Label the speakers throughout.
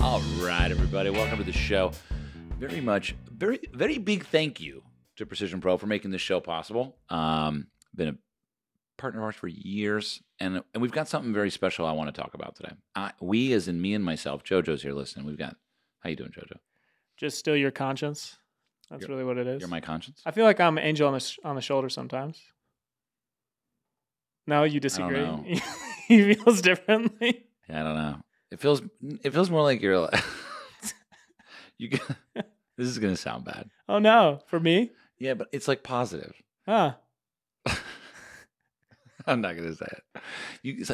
Speaker 1: All right, everybody, welcome to the show. Very much, very, very big thank you to Precision Pro for making this show possible. Um, been a partner of ours for years, and and we've got something very special I want to talk about today. I, we, as in me and myself, JoJo's here listening. We've got how you doing, JoJo?
Speaker 2: Just still your conscience. That's
Speaker 1: You're-
Speaker 2: really what it is.
Speaker 1: You're my conscience.
Speaker 2: I feel like I'm an angel on the sh- on the shoulder sometimes. No, you disagree.
Speaker 1: know.
Speaker 2: he feels differently.
Speaker 1: Yeah, I don't know. It feels it feels more like you're like you. g- This is gonna sound bad.
Speaker 2: Oh no, for me?
Speaker 1: Yeah, but it's like positive.
Speaker 2: Huh?
Speaker 1: I'm not gonna say it. You, it's,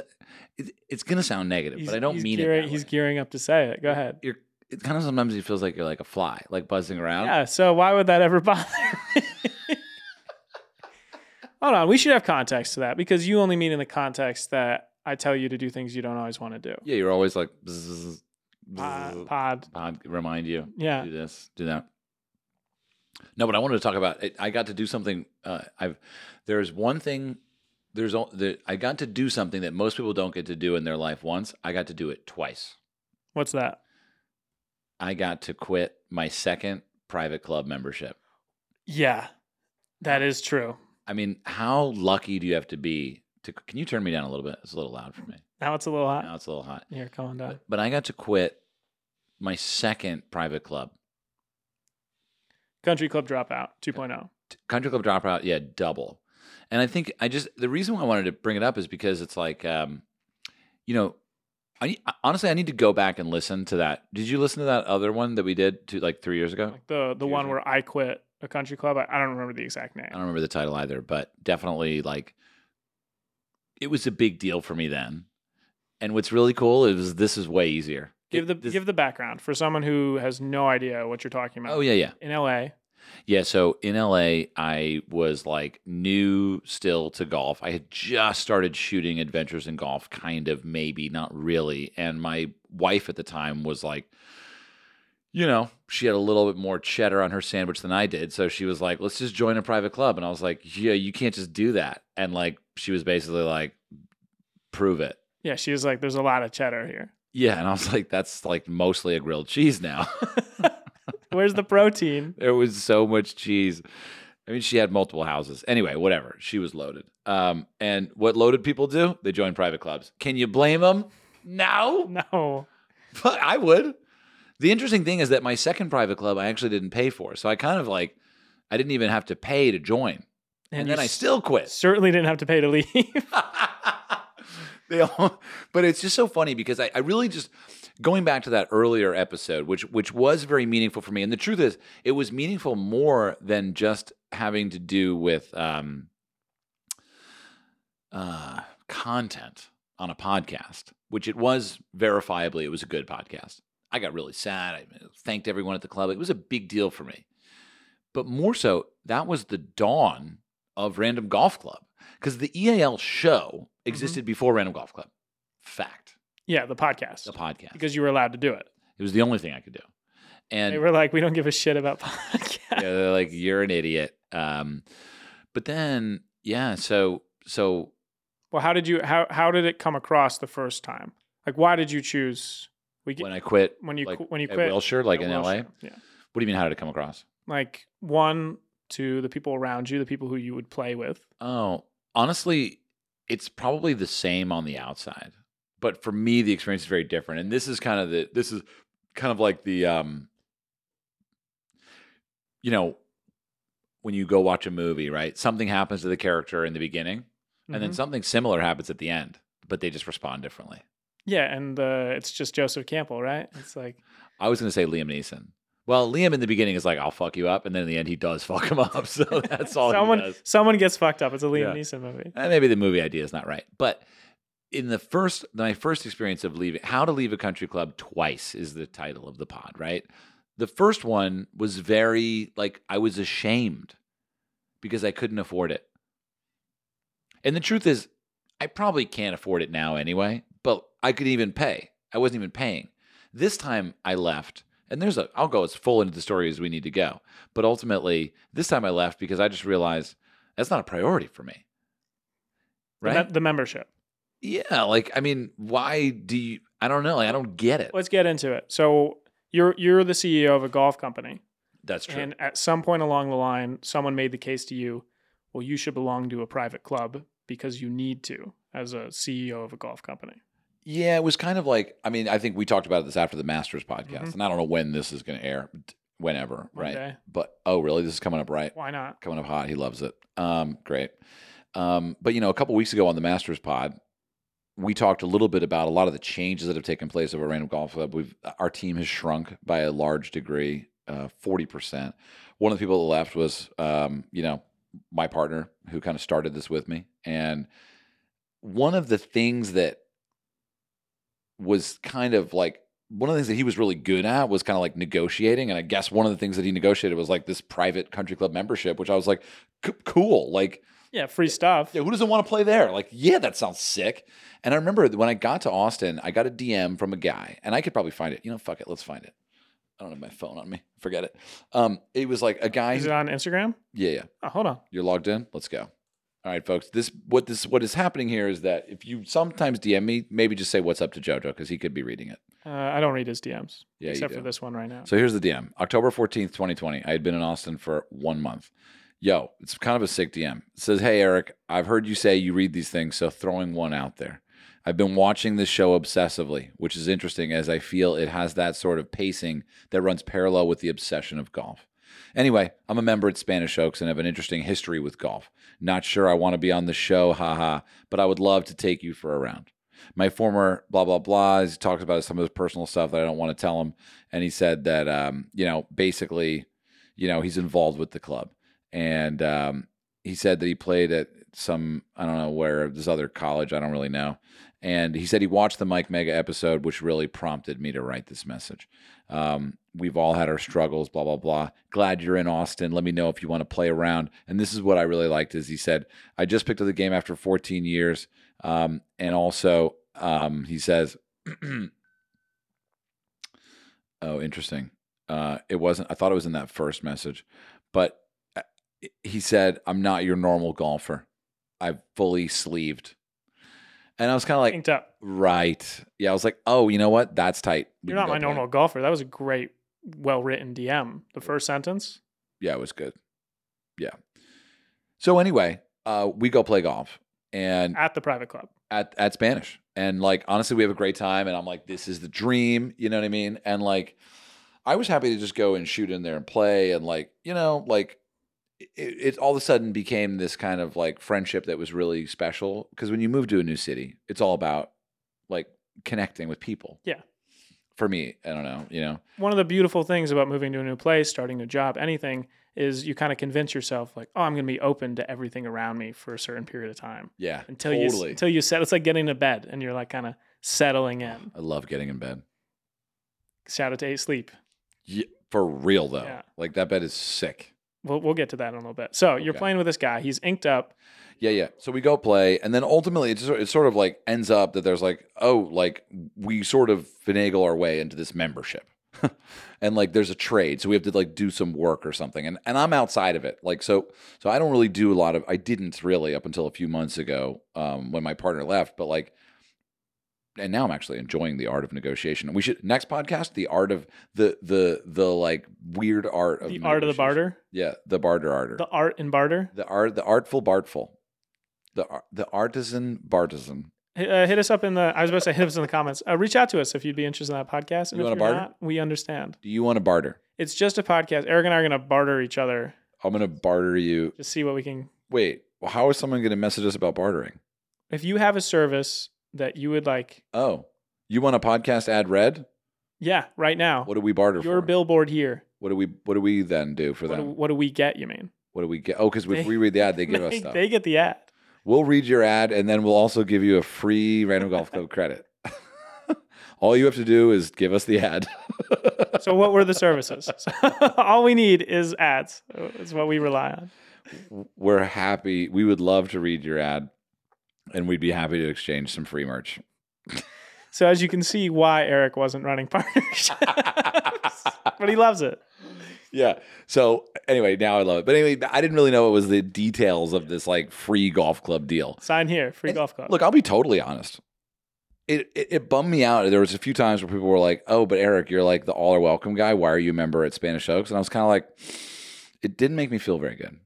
Speaker 1: it- it's gonna sound negative,
Speaker 2: He's-
Speaker 1: but I don't
Speaker 2: he's
Speaker 1: mean
Speaker 2: gearing-
Speaker 1: it. that
Speaker 2: He's
Speaker 1: way.
Speaker 2: gearing up to say it. Go ahead.
Speaker 1: You're. It kind of sometimes it feels like you're like a fly, like buzzing around.
Speaker 2: Yeah. So why would that ever bother? me? Hold on. We should have context to that because you only mean in the context that I tell you to do things you don't always want to do.
Speaker 1: Yeah, you're always like, bzz,
Speaker 2: Uh,
Speaker 1: bzz,
Speaker 2: pod.
Speaker 1: pod, remind you,
Speaker 2: Yeah.
Speaker 1: do this, do that. No, but I wanted to talk about. It. I got to do something. Uh, I've there's one thing. There's all the I got to do something that most people don't get to do in their life once. I got to do it twice.
Speaker 2: What's that?
Speaker 1: I got to quit my second private club membership.
Speaker 2: Yeah. That is true.
Speaker 1: I mean, how lucky do you have to be to? Can you turn me down a little bit? It's a little loud for me.
Speaker 2: Now it's a little hot.
Speaker 1: Now it's a little hot.
Speaker 2: Here, calm down.
Speaker 1: But, but I got to quit my second private club.
Speaker 2: Country Club Dropout oh. 2.0.
Speaker 1: Country Club Dropout, yeah, double. And I think I just the reason why I wanted to bring it up is because it's like, um, you know, I honestly I need to go back and listen to that. Did you listen to that other one that we did to like three years ago?
Speaker 2: Like the the
Speaker 1: Years
Speaker 2: one
Speaker 1: ago.
Speaker 2: where I quit a country club. I, I don't remember the exact
Speaker 1: I don't
Speaker 2: name.
Speaker 1: remember the title either, but definitely like it was a big deal for me then. And what's really cool is this is way easier.
Speaker 2: Give the
Speaker 1: This-
Speaker 2: give the background for someone who has no idea what you're talking about.
Speaker 1: oh yeah yeah
Speaker 2: In LA.
Speaker 1: yeah. So in LA, I was like new still to golf. I had just started shooting adventures in golf, kind of maybe not really. And my wife at the time was like. You know, she had a little bit more cheddar on her sandwich than I did. So she was like, let's just join a private club. And I was like, yeah, you can't just do that. And like, she was basically like, prove it.
Speaker 2: Yeah, she was like, there's a lot of cheddar here.
Speaker 1: Yeah, and I was like, that's like mostly a grilled cheese now.
Speaker 2: Where's the protein?
Speaker 1: there was so much cheese. I mean, she had multiple houses. Anyway, whatever. She was loaded. Um, and what loaded people do? They join private clubs. Can you blame them? No,
Speaker 2: No.
Speaker 1: but I would. The interesting thing is that my second private club I actually didn't pay for, so I kind of like I didn't even have to pay to join, and,
Speaker 2: you
Speaker 1: then I
Speaker 2: s-
Speaker 1: still quit.
Speaker 2: certainly didn't have to pay to leave.
Speaker 1: they all, but it's just so funny because I, I really just going back to that earlier episode, which which was very meaningful for me. And the truth is, it was meaningful more than just having to do with um, uh, content on a podcast, which it was verifiably, it was a good podcast. I got really sad. I thanked everyone at the club. It was a big deal for me. But more so, that was the dawn of Random Golf Club because the EAL show existed
Speaker 2: Mm-hmm.
Speaker 1: before Random Golf Club. Fact.
Speaker 2: yeah, the podcast.
Speaker 1: The podcast.
Speaker 2: Because you were allowed to do it.
Speaker 1: it was the only thing I could do. And
Speaker 2: they were like, we don't give a shit about podcasts.
Speaker 1: yeah, they're like, you're an idiot. Um, but then, yeah, so, so
Speaker 2: Well, how did you how how did it come across the first time? Like, why did you choose? We get,
Speaker 1: when I quit,
Speaker 2: when you
Speaker 1: like,
Speaker 2: qu- when you
Speaker 1: at
Speaker 2: quit
Speaker 1: Wilshire, like
Speaker 2: at
Speaker 1: in LA,
Speaker 2: Wilshire. Yeah.
Speaker 1: what do you mean, how did it come across?
Speaker 2: like one to the people around you, the people who you would play with.
Speaker 1: Oh, honestly, it's probably the same on the outside. But for me, the experience is very different. And this is kind of the this is kind of like the um you know, when you go watch a movie, right? Something happens to the character in the beginning, and then
Speaker 2: Mhm.
Speaker 1: something similar happens at the end, but they just respond differently.
Speaker 2: yeah, and uh, it's just Joseph Campbell, right? It's like
Speaker 1: I was going to say Liam Neeson. Well, Liam in the beginning is like, "I'll fuck you up," and then in the end, he does fuck him up. So that's all. he
Speaker 2: someone
Speaker 1: does.
Speaker 2: someone gets fucked up. It's a
Speaker 1: Yeah.
Speaker 2: Liam Neeson movie.
Speaker 1: Uh, maybe the movie idea is not right, but in the first, my first experience of leaving, how to leave a country club twice is the title of the pod, right? The first one was very like I was ashamed because I couldn't afford it, and the truth is, I probably can't afford it now anyway. But I could even pay. I wasn't even paying. This time I left, and there's a I'll go as full into the story as we need to go. But ultimately, this time I left because I just realized that's not a priority for me.
Speaker 2: The me-
Speaker 1: Right?
Speaker 2: The, membership.
Speaker 1: yeah. Like, I mean, why do you I don't know. Like, I don't get it.
Speaker 2: Let's get into it. So you're you're the CEO of a golf company,
Speaker 1: That's true.
Speaker 2: and at some point along the line, someone made the case to you, well, you should belong to a private club because you need to as a CEO of a golf company.
Speaker 1: Yeah, it was kind of like I mean, I think we talked about this after the Masters podcast,
Speaker 2: Mhm.
Speaker 1: and I don't know when this is going to air, but whenever,
Speaker 2: One
Speaker 1: right?
Speaker 2: day.
Speaker 1: But oh, really? This is coming up right,
Speaker 2: Why not?
Speaker 1: coming up hot. He loves it. Um, great. Um, but you know, a couple weeks ago on the Masters pod, we talked a little bit about a lot of the changes that have taken place over at Random Golf Club. We've our team has shrunk by a large degree, uh, forty percent. One of the people that left was, um, you know, my partner who kind of started this with me, and one of the things that was kind of like one of the things that he was really good at was kind of like negotiating and i guess one of the things that he negotiated was like this private country club membership which i was like "C- cool like
Speaker 2: Yeah, free stuff.
Speaker 1: yeah, who doesn't want to play there? Like, yeah, that sounds sick. And I remember when I got to Austin, I got a DM from a guy, and I could probably find it. You know, fuck it, let's find it. I don't have my phone on me. Forget it. Um, it was like a guy.
Speaker 2: Is it on Instagram?
Speaker 1: yeah, yeah.
Speaker 2: Oh, hold on.
Speaker 1: You're logged in. Let's go. All right, folks. This what this what is happening here is that if you sometimes DM me, maybe just say what's up to JoJo because he could be reading it.
Speaker 2: Uh, I don't read his DMs
Speaker 1: Yeah, you
Speaker 2: except
Speaker 1: do.
Speaker 2: for this one right now.
Speaker 1: So here's the DM. October 14th, 2020. I had been in Austin for one month. Yo, it's kind of a sick DM. It says, Hey, Eric, I've heard you say you read these things, so throwing one out there. I've been watching this show obsessively, which is interesting as I feel it has that sort of pacing that runs parallel with the obsession of golf. Anyway, I'm a member at Spanish Oaks and have an interesting history with golf. Not sure I want to be on the show, haha, but I would love to take you for a round. My former blah blah blah he talks about some of his personal stuff that I don't want to tell him and he said that um, you know basically you know he's involved with the club and um, he said that he played at some i don't know where this other college i don't really know and he said he watched the mike mega episode which really prompted me to write this message um, we've all had our struggles blah blah blah glad you're in austin let me know if you want to play around and this is what i really liked is he said i just picked up the game after 14 years um, and also um, he says Oh, interesting. Uh, it wasn't. I thought it was in that first message, but uh, he said, "I'm not your normal golfer. I fully sleeved," and I was kind of like,
Speaker 2: Inked up.
Speaker 1: "Right, yeah." I was like, "Oh, you know what? That's tight." We
Speaker 2: You're
Speaker 1: can go
Speaker 2: not my
Speaker 1: play."
Speaker 2: normal golfer. That was a great, well written DM. The first sentence.
Speaker 1: Yeah, it was good. Yeah. So anyway, uh, we go play golf, and
Speaker 2: at the private club.
Speaker 1: at at Spanish. And like honestly, we have a great time. And I'm like, this is the dream. You know what I mean? And like, I was happy to just go and shoot in there and play. And like, you know, like it, it all of a sudden became this kind of like friendship that was really special. Because when you move to a new city, it's all about like connecting with people.
Speaker 2: Yeah.
Speaker 1: For me, I don't know. You know,
Speaker 2: One of the beautiful things about moving to a new place, starting a new job, anything is you kind of convince yourself like, oh, I'm going to be open to everything around me for a certain period of time
Speaker 1: yeah.
Speaker 2: until you
Speaker 1: totally.
Speaker 2: until you set. It's like getting to bed and you're like kind of settling in.
Speaker 1: I love getting in bed.
Speaker 2: Shout out to eight sleep.
Speaker 1: Yeah, for real though.
Speaker 2: Yeah.
Speaker 1: Like that bed is sick.
Speaker 2: We'll we'll get to that in a little bit. So you're
Speaker 1: Okay.
Speaker 2: playing with this guy. He's inked up.
Speaker 1: Yeah, yeah. So we go play, and then ultimately, it sort it sort of like ends up that there's like, oh, like we sort of finagle our way into this membership, and like there's a trade, so we have to like do some work or something, and and I'm outside of it, like so so I don't really do a lot of I didn't really up until a few months ago um, when my partner left, but like. And now I'm actually enjoying the art of negotiation. We should next podcast the art of the the the like weird art of
Speaker 2: The art of the
Speaker 1: negotiation.
Speaker 2: barter.
Speaker 1: Yeah, the barter arter.
Speaker 2: The art in barter.
Speaker 1: The art, the artful bartful, the ar- the artisan bartisan.
Speaker 2: Hi- Uh, hit us up in the. I was about to say hit us in the comments. Uh, reach out to us if you'd be interested in that podcast. And
Speaker 1: You
Speaker 2: if
Speaker 1: wanna
Speaker 2: you're
Speaker 1: barter?
Speaker 2: not, we understand.
Speaker 1: Do you want to barter?
Speaker 2: It's just a podcast. Eric and I are going to barter each other.
Speaker 1: I'm gonna barter you.
Speaker 2: Just see what we can
Speaker 1: Wait, well, how is someone gonna message us about bartering?
Speaker 2: if you have a service that you would like,
Speaker 1: Oh, you want a podcast ad red?
Speaker 2: yeah, right now,
Speaker 1: What do we barter
Speaker 2: your
Speaker 1: for?
Speaker 2: billboard here.
Speaker 1: What do we What do we then do for
Speaker 2: What do,
Speaker 1: them?
Speaker 2: what do we get? You mean
Speaker 1: what do we get? Oh, because if
Speaker 2: They-
Speaker 1: we read the ad, they give us
Speaker 2: they,
Speaker 1: stuff.
Speaker 2: they get the ad?
Speaker 1: we'll read your ad, and then we'll also give you a free Random Golf Club credit. All you have to do is give us the ad.
Speaker 2: So what were the services? All we need is ads. It's what we rely on.
Speaker 1: We're happy. We would love to read your ad, and we'd be happy to exchange some free merch.
Speaker 2: So as you can see, why Eric wasn't running partners, but he loves it.
Speaker 1: yeah. So anyway, now I love it. But anyway, I didn't really know it was the details of this like free golf club deal.
Speaker 2: Sign here, free
Speaker 1: And
Speaker 2: golf club.
Speaker 1: Look, I'll be totally honest. it, it it bummed me out. There was a few times where people were like, "Oh, but Eric, you're like the all are welcome guy. Why are you a member at Spanish Oaks?" And I was kind of like, it didn't make me feel very good.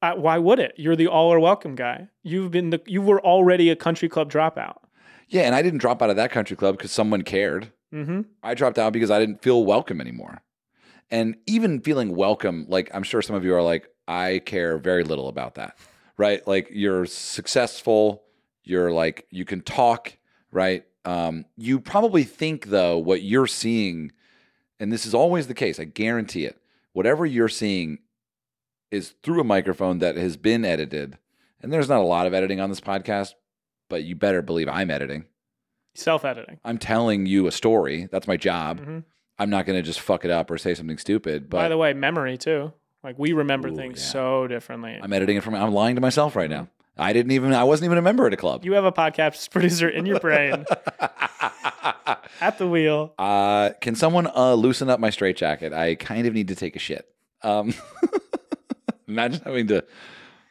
Speaker 2: Uh, why would it? You're the all are welcome guy. You've been the you were already a country club dropout.
Speaker 1: Yeah, and I didn't drop out of that country club because someone cared.
Speaker 2: Mm-hmm.
Speaker 1: I dropped out because I didn't feel welcome anymore. And even feeling welcome, like I'm sure some of you are like, I care very little about that, right? Like you're successful, you're like, you can talk, right? Um, you probably think, though, what you're seeing, and this is always the case, I guarantee it, whatever you're seeing is through a microphone that has been edited. And there's not a lot of editing on this podcast, but you better believe I'm editing.
Speaker 2: Self editing.
Speaker 1: I'm telling you a story. That's my job.
Speaker 2: Mhm.
Speaker 1: I'm not going to just fuck it up or say something stupid,
Speaker 2: By
Speaker 1: Uh, but
Speaker 2: the way, memory too. Like we remember
Speaker 1: Ooh,
Speaker 2: things
Speaker 1: yeah.
Speaker 2: so differently.
Speaker 1: I'm editing it from I'm lying to myself right now. I didn't even I wasn't even a member at a club.
Speaker 2: you have a podcast producer in your brain at the wheel.
Speaker 1: uh, can someone uh, loosen up my straitjacket? I kind of need to take a shit. Um, imagine having to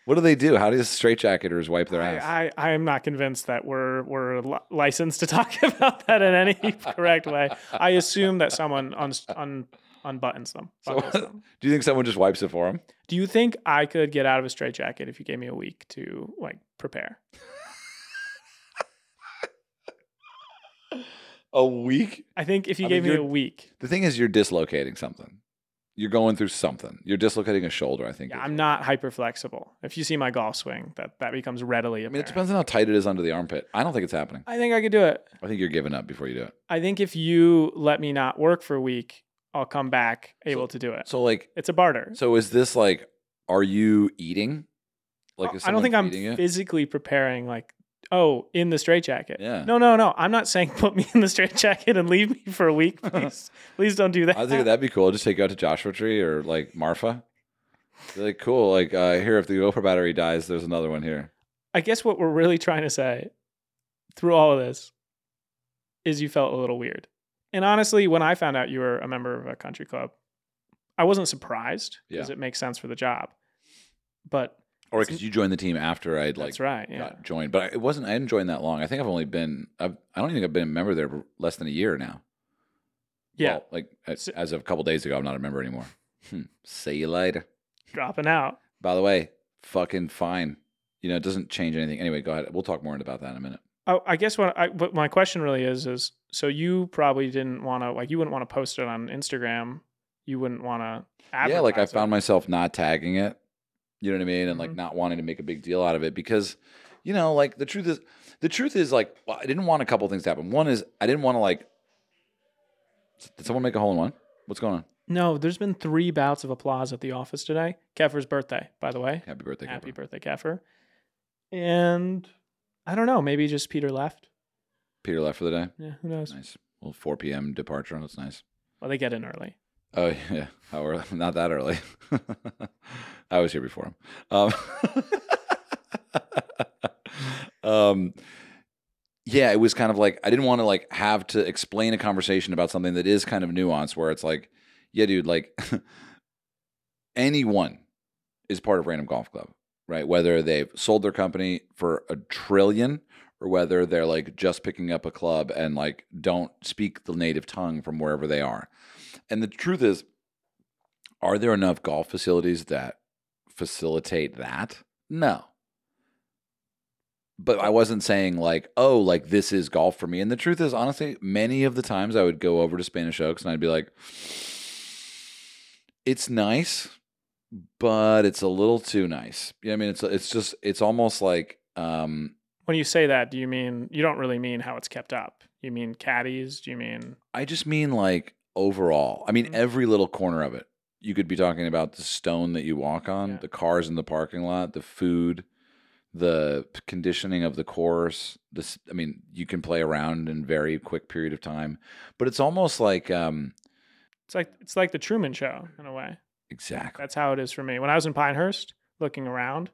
Speaker 1: What do they do? How does straitjacketers wipe their ass?
Speaker 2: I, I, I am not convinced that we're we're li- licensed to talk about that in any correct way. I assume that someone un, un, unbuttons them.
Speaker 1: So-
Speaker 2: buckles them.
Speaker 1: do you think someone just wipes it for them?
Speaker 2: Do you think I could get out of a straitjacket if you gave me a week to like prepare?
Speaker 1: A week?
Speaker 2: I think if you
Speaker 1: I mean,
Speaker 2: gave me
Speaker 1: you're-
Speaker 2: a week,
Speaker 1: The thing is you're dislocating something. You're going through something. You're dislocating a shoulder, I think.
Speaker 2: yeah,
Speaker 1: is
Speaker 2: I'm
Speaker 1: what-
Speaker 2: not hyper flexible. If you see my golf swing, that that becomes readily
Speaker 1: I mean, it
Speaker 2: apparent.
Speaker 1: depends on how tight it is under the armpit. I don't think it's happening.
Speaker 2: I think I could do it.
Speaker 1: I think you're giving up before you do it.
Speaker 2: I think if you let me not work for a week, I'll come back
Speaker 1: So-
Speaker 2: able to do it.
Speaker 1: So like,
Speaker 2: It's a barter.
Speaker 1: so is this like, are you eating? Like, is
Speaker 2: Uh, I don't
Speaker 1: someone
Speaker 2: think I'm
Speaker 1: feeding it?
Speaker 2: physically preparing like oh in the straitjacket.
Speaker 1: Yeah.
Speaker 2: No, no, no. I'm not saying put me in the straitjacket and leave me for a week, please. please don't do that.
Speaker 1: I think that'd be cool. Just take you out to Joshua Tree or like Marfa. Be like, cool. Like, uh, here, if the GoPro battery dies, there's another one here.
Speaker 2: I guess what we're really trying to say through all of this is you felt a little weird. And honestly, when I found out you were a member of a country club, I wasn't surprised because
Speaker 1: Yeah.
Speaker 2: it makes sense for the job. But
Speaker 1: Or because you joined the team after I'd like
Speaker 2: that's right. Yeah.
Speaker 1: got joined, but I- it wasn't. I didn't join that long. I think I've only been. I've, I don't even think I've been a member there for less than a year now.
Speaker 2: Yeah.
Speaker 1: Well, like as,
Speaker 2: So-
Speaker 1: as of a couple days ago, I'm not a member anymore. Hmm. See you later.
Speaker 2: dropping out.
Speaker 1: By the way, fucking fine. You know, it doesn't change anything. Anyway, go ahead. We'll talk more about that in a minute.
Speaker 2: Oh, I, I guess what I what my question really is is so you probably didn't want to like you wouldn't want to post it on Instagram. You wouldn't want to.
Speaker 1: yeah, like I found myself not tagging it. You know what I mean? And like
Speaker 2: Mhm.
Speaker 1: not wanting to make a big deal out of it because, you know, like the truth is, the truth is like well, I didn't want a couple things to happen. One is I didn't want to like. Did someone make a hole in one? What's going on?
Speaker 2: No, there's been three bouts of applause at the office today. Keffer's birthday, by the way.
Speaker 1: Happy birthday!
Speaker 2: Happy
Speaker 1: Cooper.
Speaker 2: birthday, Keffer. And I don't know, maybe just Peter left.
Speaker 1: Peter left for the day.
Speaker 2: Yeah, who knows?
Speaker 1: Nice. Well, 4 p.m. departure. That's nice.
Speaker 2: Well, they get in early.
Speaker 1: Oh yeah, how early? Not that early. I was here before him. Um, um, yeah, it was kind of like I didn't want to like have to explain a conversation about something that is kind of nuanced, where it's like, yeah, dude, like anyone is part of Random Golf Club, right? Whether they've sold their company for a trillion or whether they're like just picking up a club and like don't speak the native tongue from wherever they are. And the truth is, are there enough golf facilities that facilitate that? No. But I wasn't saying like, oh, like this is golf for me. And the truth is, honestly, many of the times I would go over to Spanish Oaks and I'd be like, it's nice, but it's a little too nice. Yeah, I mean, it's it's just it's almost like um,
Speaker 2: When you say that, do you mean you don't really mean how it's kept up? You mean caddies? Do you mean
Speaker 1: I just mean like overall. I mean
Speaker 2: Mhm.
Speaker 1: every little corner of it. You could be talking about the stone that you walk on,
Speaker 2: Yeah.
Speaker 1: the cars in the parking lot, the food, the p- conditioning of the course. This, I mean, you can play around in very quick period of time, but it's almost like um,
Speaker 2: it's like it's like the Truman Show in a way.
Speaker 1: exactly.
Speaker 2: That's how it is for me. When I was in Pinehurst, looking around,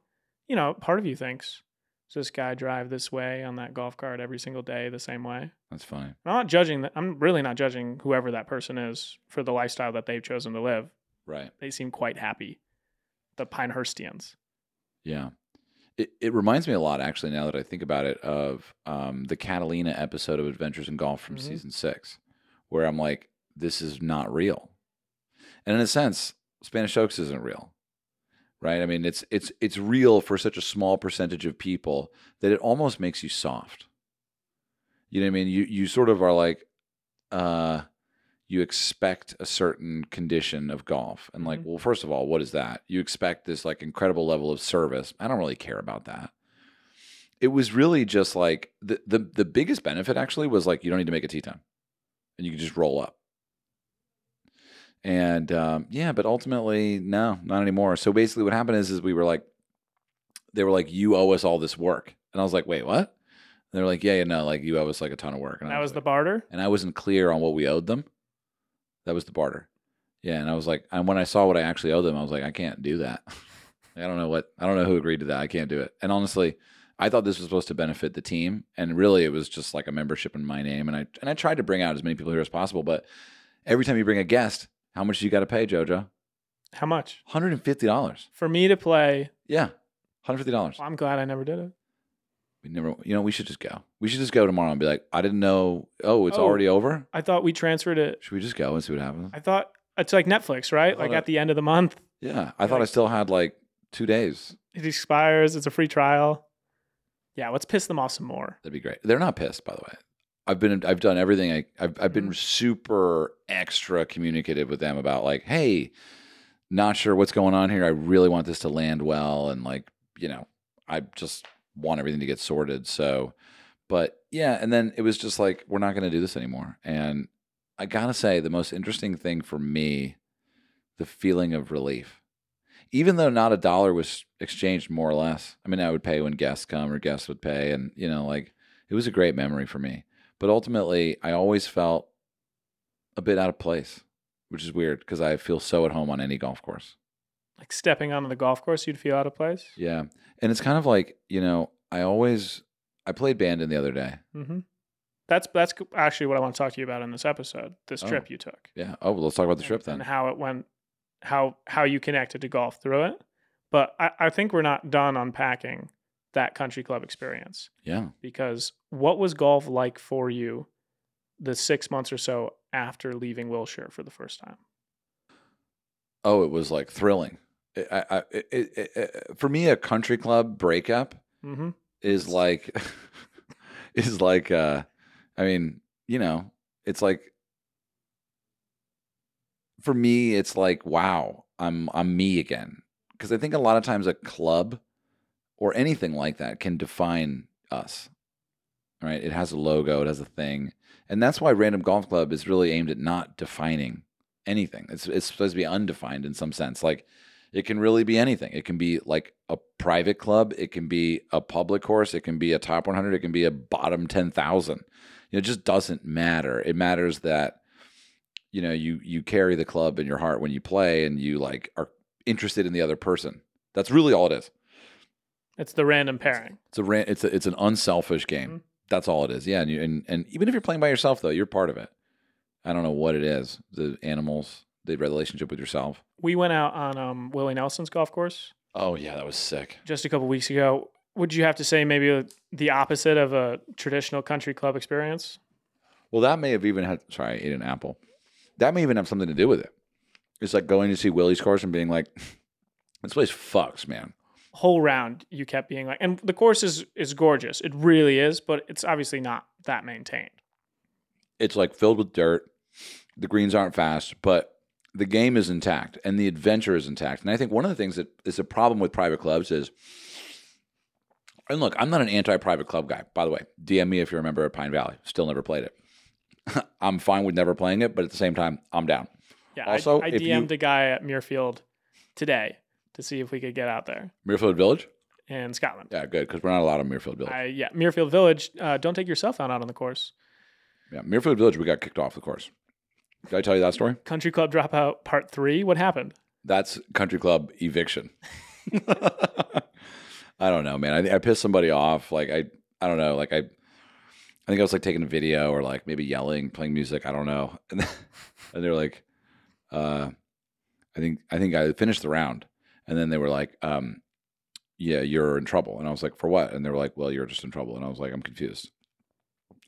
Speaker 2: you know, part of you thinks, does this guy drive this way on that golf cart every single day the same way?
Speaker 1: That's funny.
Speaker 2: I'm not judging that. I'm really not judging whoever that person is for the lifestyle that they've chosen to live.
Speaker 1: Right.
Speaker 2: They seem quite happy. The Pinehurstians.
Speaker 1: Yeah. It, it reminds me a lot, actually, now that I think about it, of um, the Catalina episode of Adventures in Golf from
Speaker 2: Mhm.
Speaker 1: season six, where I'm like, this is not real. And in a sense, Spanish Oaks isn't real. Right. I mean, it's it's it's real for such a small percentage of people that it almost makes you soft. You know what I mean? You you sort of are like, uh, you expect a certain condition of golf. And like,
Speaker 2: Mhm.
Speaker 1: well, first of all, what is that? You expect this like incredible level of service. I don't really care about that. It was really just like the the the biggest benefit actually was like you don't need to make a tee time. And you can just roll up. And um, yeah, but ultimately, no, not anymore. So basically what happened is is we were like, they were like, you owe us all this work. And I was like, wait, what? And they were like, yeah, yeah, no, like you owe us like a ton of work. And
Speaker 2: that
Speaker 1: I
Speaker 2: was
Speaker 1: like,
Speaker 2: the barter.
Speaker 1: and I wasn't clear on what we owed them. That was the barter. Yeah, and I was like, and when I saw what I actually owed them, I was like, I can't do that. I don't know what I don't know who agreed to that. I can't do it. And honestly, I thought this was supposed to benefit the team, and really, it was just like a membership in my name. And I and I tried to bring out as many people here as possible, but every time you bring a guest, how much you got to pay, Jojo?
Speaker 2: How much?
Speaker 1: One hundred and fifty dollars.
Speaker 2: For me to play,
Speaker 1: Yeah, one hundred fifty dollars.
Speaker 2: well, I'm glad I never did it.
Speaker 1: We never, you know, we should just go. We should just go tomorrow and be like, I didn't know. Oh, it's
Speaker 2: Oh.
Speaker 1: already over.
Speaker 2: I thought we transferred it.
Speaker 1: Should we just go and see what happens?
Speaker 2: I thought it's like Netflix, right?
Speaker 1: Oh,
Speaker 2: Like
Speaker 1: that-
Speaker 2: at the end of the month,
Speaker 1: Yeah, I thought I still had like two days.
Speaker 2: it expires. It's a free trial. Yeah, let's piss them off some more.
Speaker 1: That'd be great. They're not pissed, by the way. I've been, I've done everything. I, I've, I've been
Speaker 2: Mhm.
Speaker 1: super extra communicative with them about like, hey, not sure what's going on here. I really want this to land well, and like, you know, I just want everything to get sorted. So, but yeah, and then it was just like, we're not going to do this anymore. And I gotta say, the most interesting thing for me, the feeling of relief. Even though not a dollar was exchanged, more or less. I mean, I would pay when guests come or guests would pay, and you know, like it was a great memory for me. But ultimately, I always felt a bit out of place, which is weird because I feel so at home on any golf course.
Speaker 2: Like stepping onto the golf course, you'd feel out of place.
Speaker 1: Yeah. And it's kind of like, you know, I always I played Bandon the other day.
Speaker 2: Mm-hmm. That's that's actually what I want to talk to you about in this episode. This
Speaker 1: Oh.
Speaker 2: trip you took.
Speaker 1: Yeah. Oh, well, let's talk about the trip
Speaker 2: and- and
Speaker 1: then.
Speaker 2: how it went, how how you connected to golf through it. But I, I think we're not done unpacking that country club experience
Speaker 1: Yeah.
Speaker 2: because what was golf like for you the six months or so after leaving Wilshire for the first time?
Speaker 1: Oh, it was like thrilling. I- I, I, it, it, it, for me, a country club breakup
Speaker 2: Mm-hmm.
Speaker 1: is like, is like, uh, I mean, you know, it's like, for me, it's like, wow, I'm I'm me again. Because I think a lot of times a club or anything like that can define us. Right? It has a logo, it has a thing. And that's why Random Golf Club is really aimed at not defining anything. It's it's supposed to be undefined in some sense. Like it can really be anything. It can be like a private club, it can be a public course, it can be a top 100, it can be a bottom 10,000. You know, it just doesn't matter. It matters that you know, you you carry the club in your heart when you play and you like are interested in the other person. That's really all it is.
Speaker 2: It's the random pairing.
Speaker 1: It's a ran- it's a, it's an unselfish game.
Speaker 2: Mhm.
Speaker 1: That's all it is. Yeah, and, you, and and even if you're playing by yourself though, you're part of it. I don't know what it is. The animals, the relationship with yourself.
Speaker 2: We went out on um, Willie Nelson's golf course
Speaker 1: Oh yeah, that was sick.
Speaker 2: just a couple weeks ago. Would you have to say maybe uh, the opposite of a traditional country club experience?
Speaker 1: Well, that may have even had. Sorry, I ate an apple. That may even have something to do with it. It's like going to see Willie's course and being like, "This place fucks, man."
Speaker 2: whole round you kept being like and the course is is gorgeous it really is but it's obviously not that maintained
Speaker 1: it's like filled with dirt. The greens aren't fast, but the game is intact and the adventure is intact. And I think one of the things that is a problem with private clubs is, and look, I'm not an anti-private club guy, by the way. DM me if you're a member of Pine Valley. Still never played it. I'm fine with never playing it, but at the same time, I'm down.
Speaker 2: yeah I-
Speaker 1: Also,
Speaker 2: i,
Speaker 1: if you-
Speaker 2: dm'd a guy at muirfield today to see if we could get out there
Speaker 1: Muirfield Village?
Speaker 2: in scotland
Speaker 1: Yeah, good, because we're not allowed in Muirfield Village.
Speaker 2: I, yeah muirfield village uh, don't take your cell phone out on the course
Speaker 1: yeah, Muirfield Village, we got kicked off the course. Did I tell you that story?
Speaker 2: country club dropout part three what happened
Speaker 1: That's country club eviction. I don't know, man. I, I pissed somebody off. Like I, I don't know. Like I, I think I was like taking a video or like maybe yelling, playing music. I don't know. And, then- and they were like, uh, I think I think I finished the round, and then they were like, um, yeah, you're in trouble. And I was like, for what? And they were like, well, you're just in trouble. And I was like, I'm confused.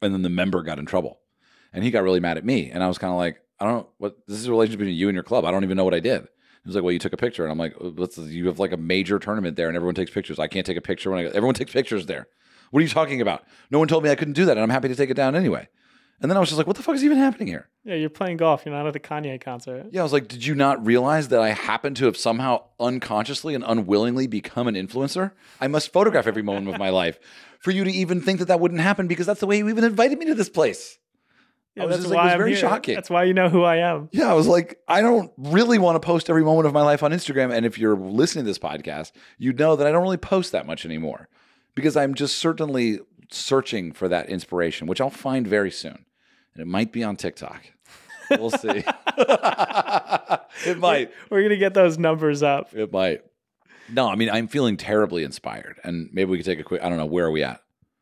Speaker 1: And then the member got in trouble and he got really mad at me. And I was kind of like, I don't what this is a relationship between you and your club. I don't even know what I did. He was like, well, you took a picture. And I'm like, "Oh, what's this? you have like a major tournament there and everyone takes pictures. I can't take a picture when I go. Everyone takes pictures there. What are you talking about? No one told me I couldn't do that. And I'm happy to take it down anyway. And then I was just like, what the fuck is even happening here?
Speaker 2: Yeah, you're playing golf. You're not at the Kanye concert.
Speaker 1: Yeah, I was like, did you not realize that I happen to have somehow unconsciously and unwillingly become an influencer? I must photograph every moment of my life for you to even think that that wouldn't happen because that's the way you even invited me to this place.
Speaker 2: Yeah,
Speaker 1: I was just like, it was very shocking.
Speaker 2: That's why you know who I am.
Speaker 1: Yeah, I was like, I don't really want to post every moment of my life on Instagram. And if you're listening to this podcast, you know that I don't really post that much anymore because I'm just certainly searching for that inspiration, which I'll find very soon. And it might be on TikTok. We'll see. it might.
Speaker 2: We're gonna get those numbers up.
Speaker 1: It might. No, I mean, I'm feeling terribly inspired. And maybe we could take a quick, I don't know, where are we at?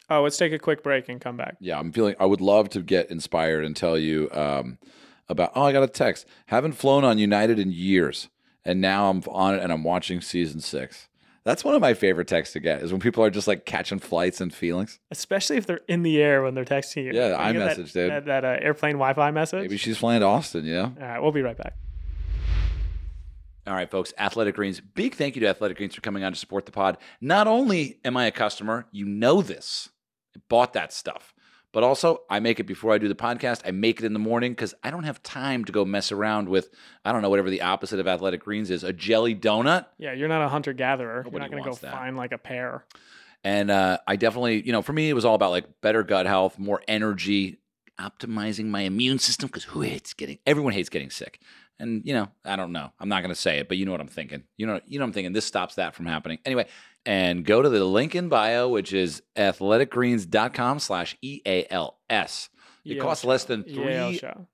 Speaker 2: Oh, let's take a quick break and come back.
Speaker 1: Yeah, I'm feeling. I would love to get inspired and tell you um, about. Oh, I got a text. Haven't flown on United in years, and now I'm on it and I'm watching season six. That's one of my favorite texts to get is when people are just like catching flights and feelings.
Speaker 2: especially if they're in the air when they're texting you.
Speaker 1: Yeah,
Speaker 2: You get that-
Speaker 1: iMessage, dude.
Speaker 2: That, that uh, airplane Wi-Fi message.
Speaker 1: Maybe she's flying to Austin. Yeah.
Speaker 2: All right, we'll be right back.
Speaker 1: All right, folks, Athletic Greens. Big thank you to Athletic Greens for coming on to support the pod. Not only am I a customer, you know this, I bought that stuff, but also I make it before I do the podcast. I make it in the morning because I don't have time to go mess around with, I don't know, whatever the opposite of Athletic Greens is, a jelly donut.
Speaker 2: Yeah, you're not a hunter gatherer. You're
Speaker 1: Nobody
Speaker 2: not gonna go
Speaker 1: wants that.
Speaker 2: find like a pear.
Speaker 1: And uh, I definitely, you know, for me, it was all about like better gut health, more energy, optimizing my immune system because who hates getting? Everyone hates getting sick. And you know, I don't know. I'm not going to say it, but you know what I'm thinking. You know, you know what I'm thinking. This stops that from happening anyway. And go to the link in bio, which is E athleticgreens.com/eals. It
Speaker 2: Yeah,
Speaker 1: costs less than
Speaker 2: Yeah, I'll
Speaker 1: three
Speaker 2: show.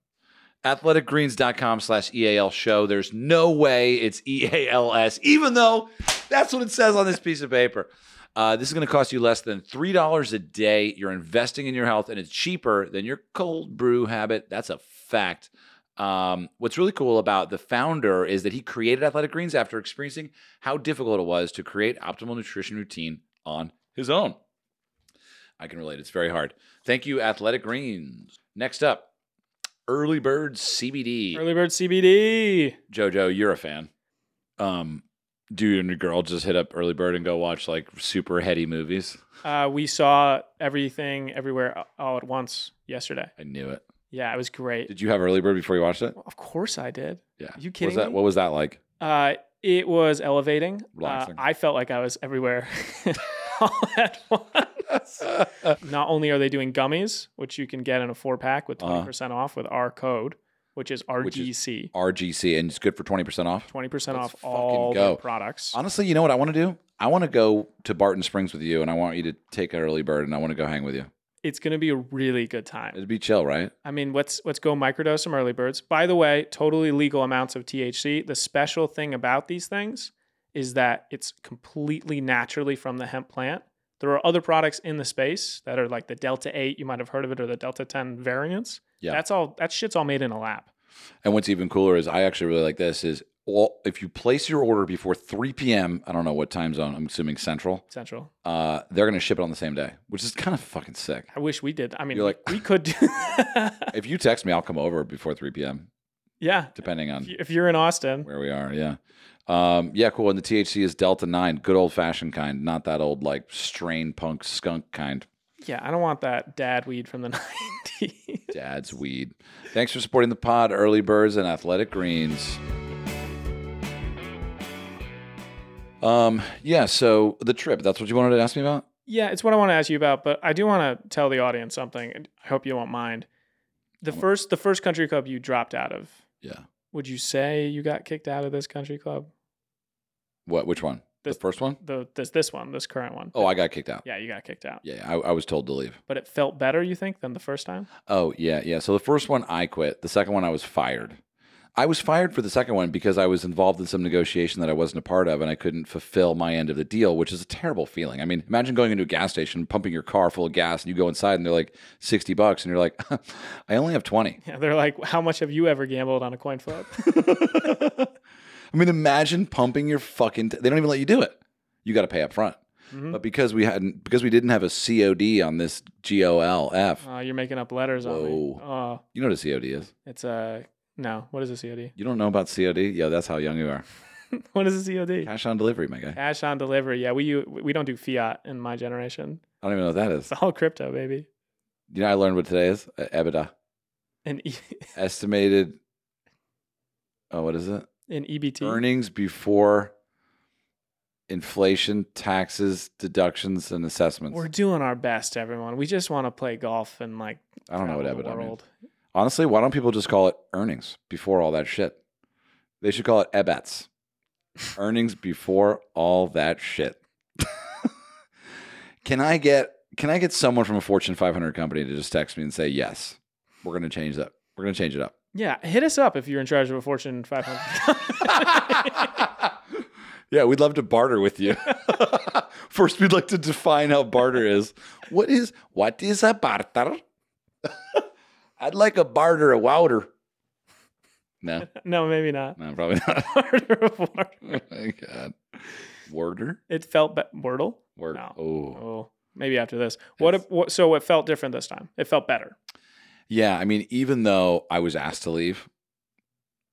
Speaker 1: athleticgreens.com slash EAL show. There's no way it's E EALS, even though that's what it says on this piece of paper. Uh, this is going to cost you less than $3 a day. You're investing in your health, and it's cheaper than your cold brew habit. That's a fact. Um, what's really cool about the founder is that he created Athletic Greens after experiencing how difficult it was to create optimal nutrition routine on his own. I can relate. It's very hard. Thank you, Athletic Greens. Next up, Early Bird CBD.
Speaker 2: Early bird CBD.
Speaker 1: Jojo, you're a fan. Um, do you and your girl just hit up Early Bird and go watch like super heady movies?
Speaker 2: Uh, we saw everything everywhere all at once yesterday.
Speaker 1: I knew it.
Speaker 2: Yeah, it was great.
Speaker 1: Did you have Early Bird before you watched it?
Speaker 2: Well, of course I did.
Speaker 1: Yeah.
Speaker 2: You
Speaker 1: Was
Speaker 2: kidding
Speaker 1: that
Speaker 2: me?
Speaker 1: what was that like?
Speaker 2: Uh, it was elevating. Uh,
Speaker 1: Relaxing.
Speaker 2: I felt like I was everywhere all at once. Not only are they doing gummies, which you can get in a four pack with
Speaker 1: Uh-huh.
Speaker 2: 20% percent off with our code, which is
Speaker 1: Which is-
Speaker 2: RGC.
Speaker 1: RGC and it's good for twenty percent off.
Speaker 2: 20%
Speaker 1: Let's
Speaker 2: off
Speaker 1: fucking
Speaker 2: all
Speaker 1: go.
Speaker 2: their products.
Speaker 1: Honestly, you know what I want to do? I want to go to Barton Springs with you, and I want you to take an Early Bird, and I want to go hang with you.
Speaker 2: It's going to be a really good time.
Speaker 1: It'd be chill, right?
Speaker 2: I mean, let's let's go microdose some early birds. By the way, totally legal amounts of THC. The special thing about these things is that it's completely naturally from the hemp plant. There are other products in the space that are like the delta 8, you might have heard of it, or the delta 10 variants.
Speaker 1: Yeah.
Speaker 2: That's all that shit's all made in a lab.
Speaker 1: And what's even cooler is I actually really like this is all if you place your order before 3 p.m. I don't know what time zone. I'm assuming Central.
Speaker 2: Central.
Speaker 1: Uh, they're gonna ship it on the same day, which is kind of fucking sick.
Speaker 2: I wish we did. I mean,
Speaker 1: You're like-
Speaker 2: we could do
Speaker 1: If you text me, I'll come over before 3 p.m.
Speaker 2: Yeah.
Speaker 1: Depending on
Speaker 2: If you- If you're in Austin,
Speaker 1: where we are. Yeah. Um, yeah, cool. And the THC is Delta 9, good old fashioned kind, not that old, like, strain punk skunk kind.
Speaker 2: yeah, I don't want that dad weed from the 90s.
Speaker 1: Dad's weed. Thanks for supporting the pod, Early Birds and Athletic Greens. Um, yeah, so the trip, that's what you wanted to ask me about?
Speaker 2: Yeah, it's what I want to ask you about, but I do want to tell the audience something. and I hope you won't mind. The first, the first country club you dropped out of.
Speaker 1: Yeah.
Speaker 2: Would you say you got kicked out of this country club?
Speaker 1: What, which one?
Speaker 2: This-
Speaker 1: the first one?
Speaker 2: The this this one, this current one.
Speaker 1: Oh, I got kicked out.
Speaker 2: Yeah, you got kicked out.
Speaker 1: Yeah, I, I was told to leave.
Speaker 2: But it felt better, you think, than the first time?
Speaker 1: Oh, yeah, yeah. So the first one I quit. The second one I was fired. I was fired for the second one because I was involved in some negotiation that I wasn't a part of and I couldn't fulfill my end of the deal, which is a terrible feeling. I mean, imagine going into a gas station, pumping your car full of gas, and you go inside and they're like 60 bucks, and you're like, I only have 20.
Speaker 2: Yeah, they're like, how much have you ever gambled on a coin flip?
Speaker 1: I mean, imagine pumping your fucking, t- they don't even let you do it. you got to pay up front.
Speaker 2: Mhm.
Speaker 1: But because we hadn't, because we didn't have a COD on this GOLF,
Speaker 2: Uh, you're making up letters on me. Oh,
Speaker 1: you know what a COD is.
Speaker 2: it's a no. What is a COD?
Speaker 1: You don't know about COD? Yeah, that's how young you are.
Speaker 2: what is a COD?
Speaker 1: Cash on delivery, my guy.
Speaker 2: Cash on delivery. Yeah, we u- we don't do fiat in my generation.
Speaker 1: I don't even know what that is.
Speaker 2: It's all crypto, baby.
Speaker 1: You know, I learned what today is Uh, EBITDA,
Speaker 2: And e-
Speaker 1: estimated. Oh, what is it?
Speaker 2: and E EBT.
Speaker 1: Earnings before inflation, taxes, deductions, and assessments.
Speaker 2: We're doing our best, everyone. We just want to play golf and like
Speaker 1: I don't know what
Speaker 2: travel the
Speaker 1: EBITDA means.
Speaker 2: world.
Speaker 1: Honestly, why don't people just call it earnings before all that shit? They should call it EBATS. earnings before all that shit. can I get can I get someone from a Fortune 500 company to just text me and say yes? We're going to change that. We're going to change it up.
Speaker 2: Yeah, hit us up if you're in charge of a Fortune 500.
Speaker 1: yeah, we'd love to barter with you. First, we'd like to define how barter is. What is what is a barter? I'd like a barter a wouter. No,
Speaker 2: no, maybe not.
Speaker 1: no, probably not.
Speaker 2: Harder of Wordle.
Speaker 1: Oh my God. Worder?
Speaker 2: It felt be- Wordle.
Speaker 1: Word.
Speaker 2: No.
Speaker 1: Oh.
Speaker 2: Oh, maybe after this. What, if,
Speaker 1: That's-
Speaker 2: what? So it felt different this time. It felt better.
Speaker 1: Yeah, I mean, even though I was asked to leave,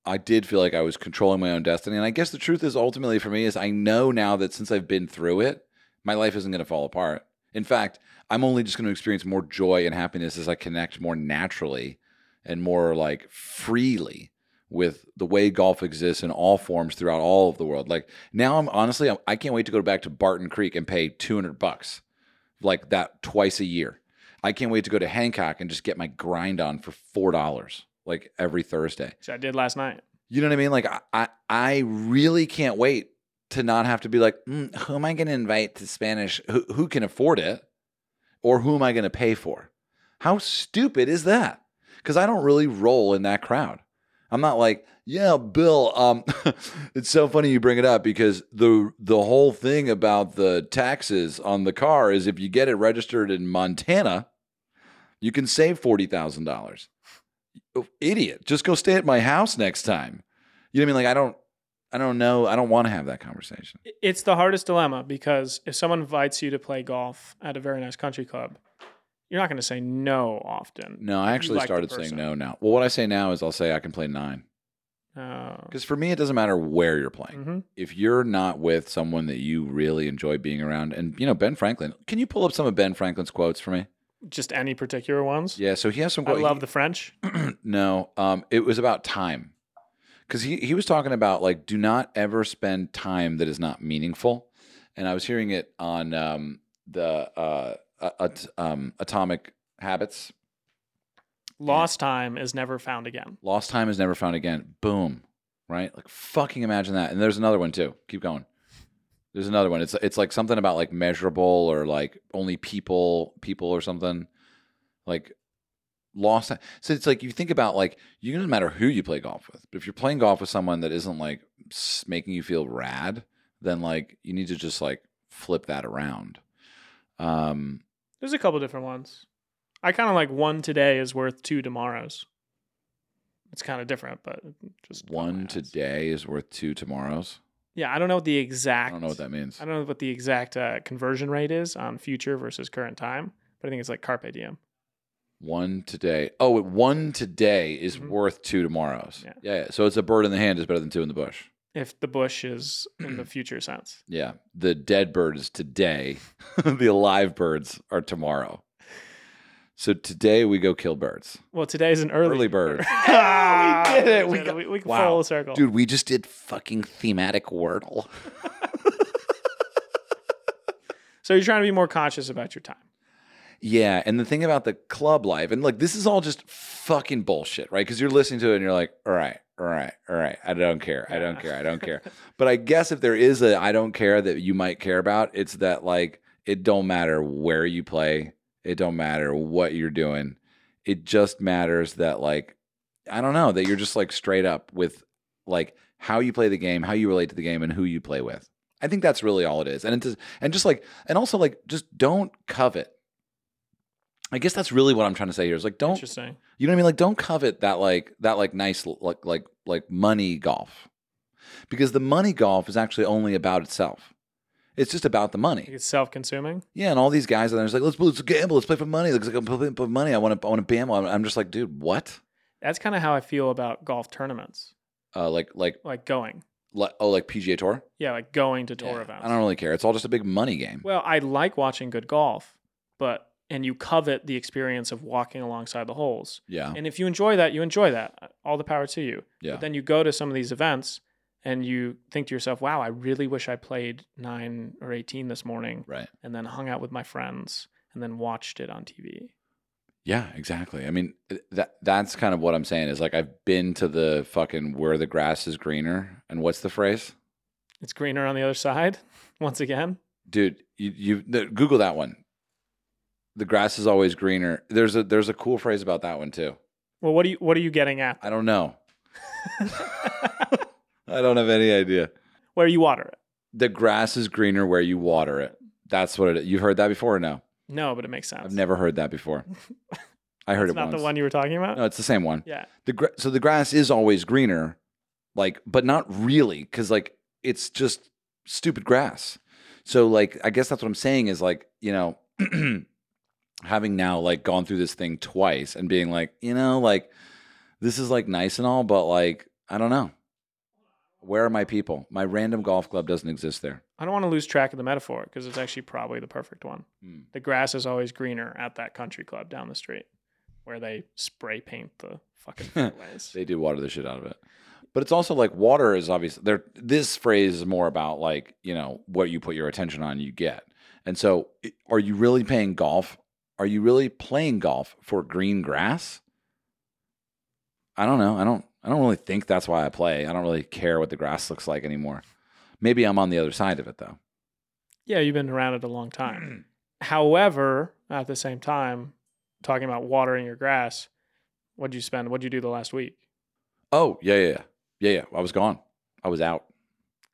Speaker 1: I did feel like I was controlling my own destiny. And I guess the truth is ultimately for me is I know now that since I've been through it, my life isn't going to fall apart. In fact, I'm only just going to experience more joy and happiness as I connect more naturally and more like freely with the way golf exists in all forms throughout all of the world. Like now I'm honestly I'm, I can't wait to go back to Barton Creek and pay 200 bucks like that twice a year. I can't wait to go to Hancock and just get my grind on for $4 like every Thursday.
Speaker 2: Which I did last night.
Speaker 1: You know what I mean? Like I, I, I really can't wait to not have to be like, mm, who am I going to invite to Spanish? Who, who can afford it, or who am I going to pay for? How stupid is that? Because I don't really roll in that crowd. I'm not like, yeah, Bill. Um, it's so funny you bring it up because the the whole thing about the taxes on the car is if you get it registered in Montana, you can save forty thousand dollars oh, idiot. Just go stay at my house next time. You know what I mean? Like I don't I don't know. I don't want to have that conversation.
Speaker 2: I- It's the hardest dilemma because if someone invites you to play golf at a very nice country club, you're not going to say no often.
Speaker 1: No, I
Speaker 2: you
Speaker 1: actually
Speaker 2: like the
Speaker 1: started saying
Speaker 2: person.
Speaker 1: no now. Well, what I say now is I'll say I can play 9.
Speaker 2: No.
Speaker 1: Cuz for me it doesn't matter where you're playing.
Speaker 2: Mhm.
Speaker 1: If you're not with someone that you really enjoy being around and you know Ben Franklin, can you pull up some of Ben Franklin's quotes for me?
Speaker 2: Just any particular ones.
Speaker 1: Yeah, so he has some
Speaker 2: I
Speaker 1: quotes.
Speaker 2: love the French.
Speaker 1: no, um it was about time. Cuz he he was talking about like do not ever spend time that is not meaningful. and I was hearing it on um, the uh, uh, at, um, Atomic Habits.
Speaker 2: Lost time is never found again.
Speaker 1: Lost time is never found again. Boom, right? Like fucking imagine that. And there's another one too. Keep going. There's another one. It's it's like something about like measurable or like only people people or something like lost time. So it's like you think about like you it doesn't matter who you play golf with, but if you're playing golf with someone that isn't like s- making you feel rad, then like you need to just like flip that around. Um,
Speaker 2: There's a couple different ones. I kind of like one today is worth two tomorrows. It's kind of different, but just
Speaker 1: one
Speaker 2: dumbass.
Speaker 1: today is worth two tomorrows.
Speaker 2: Yeah, I don't know what the exact.
Speaker 1: I don't know what that means.
Speaker 2: I don't know what the exact uh, conversion rate is on future versus current time, but I think it's like carpe diem.
Speaker 1: One today. Oh, wait, one today is
Speaker 2: Mhm.
Speaker 1: worth two tomorrows.
Speaker 2: Yeah.
Speaker 1: Mm-hmm. Yeah. yeah. So it's a bird in the hand is better than two in the bush.
Speaker 2: If the bush is in the future sense,
Speaker 1: Yeah. The dead bird is today. the alive birds are tomorrow. So today we go kill birds.
Speaker 2: well, today is an early
Speaker 1: Early bird.
Speaker 2: Ah,
Speaker 1: We did it. We
Speaker 2: We,
Speaker 1: got-
Speaker 2: we, can
Speaker 1: Wow.
Speaker 2: full circle.
Speaker 1: Dude, we just did fucking thematic wordle.
Speaker 2: So you're trying to be more conscious about your time.
Speaker 1: Yeah, and the thing about the club life, and like this is all just fucking bullshit, right? Because you're listening to it and you're like, all right, all right, all right, I don't care, I don't
Speaker 2: Yeah.
Speaker 1: care, I don't care. but I guess if there is a I don't care that you might care about, it's that like it don't matter where you play, it don't matter what you're doing, it just matters that like I don't know that you're just like straight up with like how you play the game, how you relate to the game, and who you play with. I think that's really all it is, and it does, and just like and also like just don't covet. I guess that's really what I'm trying to say here is like don't
Speaker 2: Interesting.
Speaker 1: you know what I mean? Like, don't covet that like that like nice like like like money golf, because the money golf is actually only about itself. It's just about the money.
Speaker 2: It's self-consuming.
Speaker 1: Yeah, and all these guys are just like, let's let's gamble, let's play for money. Looks like I'm playing for money. I want to I want to gamble. I'm, I'm just like, dude, what?
Speaker 2: That's kind of how I feel about golf tournaments,
Speaker 1: Uh, like like
Speaker 2: like going.
Speaker 1: li- oh, like PGA Tour.
Speaker 2: Yeah, like going to tour
Speaker 1: Yeah,
Speaker 2: events.
Speaker 1: I don't really care. It's all just a big money game.
Speaker 2: Well, I like watching good golf, but and you covet the experience of walking alongside the holes.
Speaker 1: yeah,
Speaker 2: And if you enjoy that, you enjoy that. All the power to you.
Speaker 1: Oh. yeah.
Speaker 2: But then you go to some of these events and you think to yourself, "Wow, I really wish I played 9 or 18 this morning
Speaker 1: right.
Speaker 2: and then hung out with my friends and then watched it on TV."
Speaker 1: Yeah, exactly. I mean, th- that that's kind of what I'm saying is like I've been to the fucking where the grass is greener, and what's the phrase,
Speaker 2: It's greener on the other side once again.
Speaker 1: dude? You you no, Google that one. The grass is always greener. There's a there's a cool phrase about that one too.
Speaker 2: Well, what are you what are you getting at?
Speaker 1: I don't know. I don't have any idea.
Speaker 2: Where you water it?
Speaker 1: The grass is greener where you water it. That's what it. You've heard that before or no?
Speaker 2: No, but it makes sense.
Speaker 1: I've never heard that before. I heard
Speaker 2: It's
Speaker 1: it
Speaker 2: not
Speaker 1: once.
Speaker 2: the one you were talking about.
Speaker 1: No, it's the same one.
Speaker 2: Yeah.
Speaker 1: The gra- so the grass is always greener, like, but not really, because like it's just stupid grass. So like, I guess that's what I'm saying is like, you know, having now like gone through this thing twice and being like, you know, like this is like nice and all, but like I don't know. Where are my people? My random golf club doesn't exist there.
Speaker 2: I don't want to lose track of the metaphor because it's actually probably the perfect one.
Speaker 1: Hmm.
Speaker 2: The grass is always greener at that country club down the street where they spray paint the fucking fairways.
Speaker 1: They do water the shit out of it. But it's also like water is obviously there. This phrase is more about like, you know, what you put your attention on, you get. And so i- are you really paying golf? Are you really playing golf for green grass? I don't know. I don't, I don't really think that's why I play. I don't really care what the grass looks like anymore. Maybe I'm on the other side of it though.
Speaker 2: yeah, you've been around it a long time. However, at the same time, talking about watering your grass, what'd you spend? What'd you do the last week?
Speaker 1: Oh, yeah, yeah, yeah. Yeah, yeah. I was gone. I was out.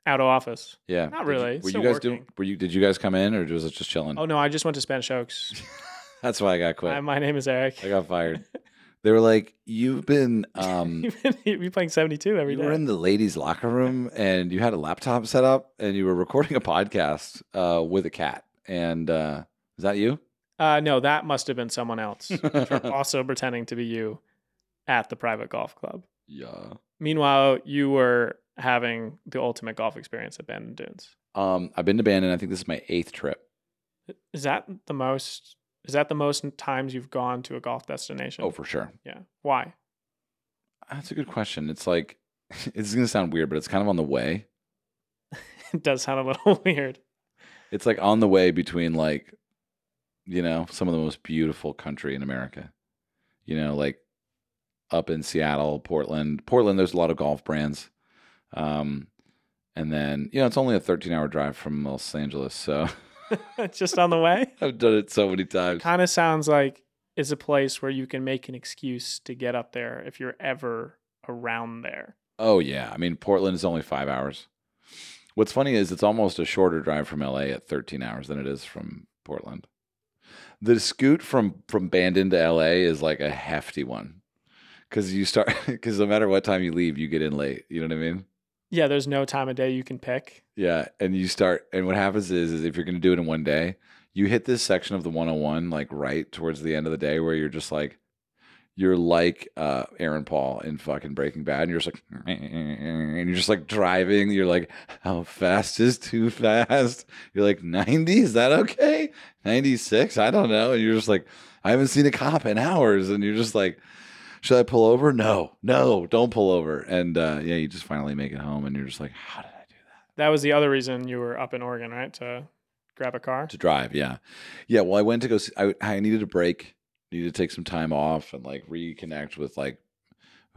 Speaker 2: Out of office.
Speaker 1: Yeah. Did
Speaker 2: Not
Speaker 1: you-
Speaker 2: really.
Speaker 1: were
Speaker 2: Still
Speaker 1: you guys
Speaker 2: working.
Speaker 1: doing were you did you guys come in or was it just chilling?
Speaker 2: Oh no, I just went to Spanish Oaks.
Speaker 1: That's why I got quit.
Speaker 2: Hi, my name is Eric.
Speaker 1: I got fired. They were like, "You've been, um,
Speaker 2: you've been you've been playing 72 every
Speaker 1: you
Speaker 2: day.
Speaker 1: were in the ladies' locker room, and you had a laptop set up, and you were recording a podcast uh, with a cat." And uh, is that you?
Speaker 2: Uh, no, that must have been someone else. also pretending to be you at the private golf club.
Speaker 1: yeah.
Speaker 2: Meanwhile, you were having the ultimate golf experience at Bandon Dunes.
Speaker 1: Um, I've been to Bandon. I think this is my eighth trip.
Speaker 2: Is that the most? Is that the most times you've gone to a golf destination?
Speaker 1: Oh, for sure.
Speaker 2: yeah. Why?
Speaker 1: That's a good question. It's like, it's gonna sound weird, but it's kind of on the way.
Speaker 2: It does sound a little weird.
Speaker 1: It's like on the way between like, you know, some of the most beautiful country in America. You know, like up in Seattle, Portland. Portland, there's a lot of golf brands. Um, and then, you know, it's only a 13 hour drive from Los Angeles. So
Speaker 2: It's just on the way.
Speaker 1: I've done it so many times.
Speaker 2: Kind of sounds like it's a place where you can make an excuse to get up there if you're ever around there.
Speaker 1: Oh, yeah. I mean, Portland is only five hours. What's funny is it's almost a shorter drive from LA at 13 hours than it is from Portland. The scoot from from Bandon to LA is like a hefty one. Cause you start, cause no matter what time you leave, you get in late. You know what I mean?
Speaker 2: Yeah, there's no time of day you can pick.
Speaker 1: Yeah, and you start, and what happens is, is if you're going to do it in one day, you hit this section of the 101 like right towards the end of the day where you're just like, you're like uh, Aaron Paul in fucking Breaking Bad, and you're just like, and you're just like driving. You're like, how fast is too fast? You're like 90. Is that okay? 96. I don't know. And you're just like, I haven't seen a cop in hours, and you're just like. Should I pull over? No, no, don't pull over. And uh, yeah, you just finally make it home, and you're just like, "How did I do that?"
Speaker 2: That was the other reason you were up in Oregon, right? To grab a car.
Speaker 1: to drive yeah yeah well i went to go see, I, I needed a break needed to take some time off and like reconnect with like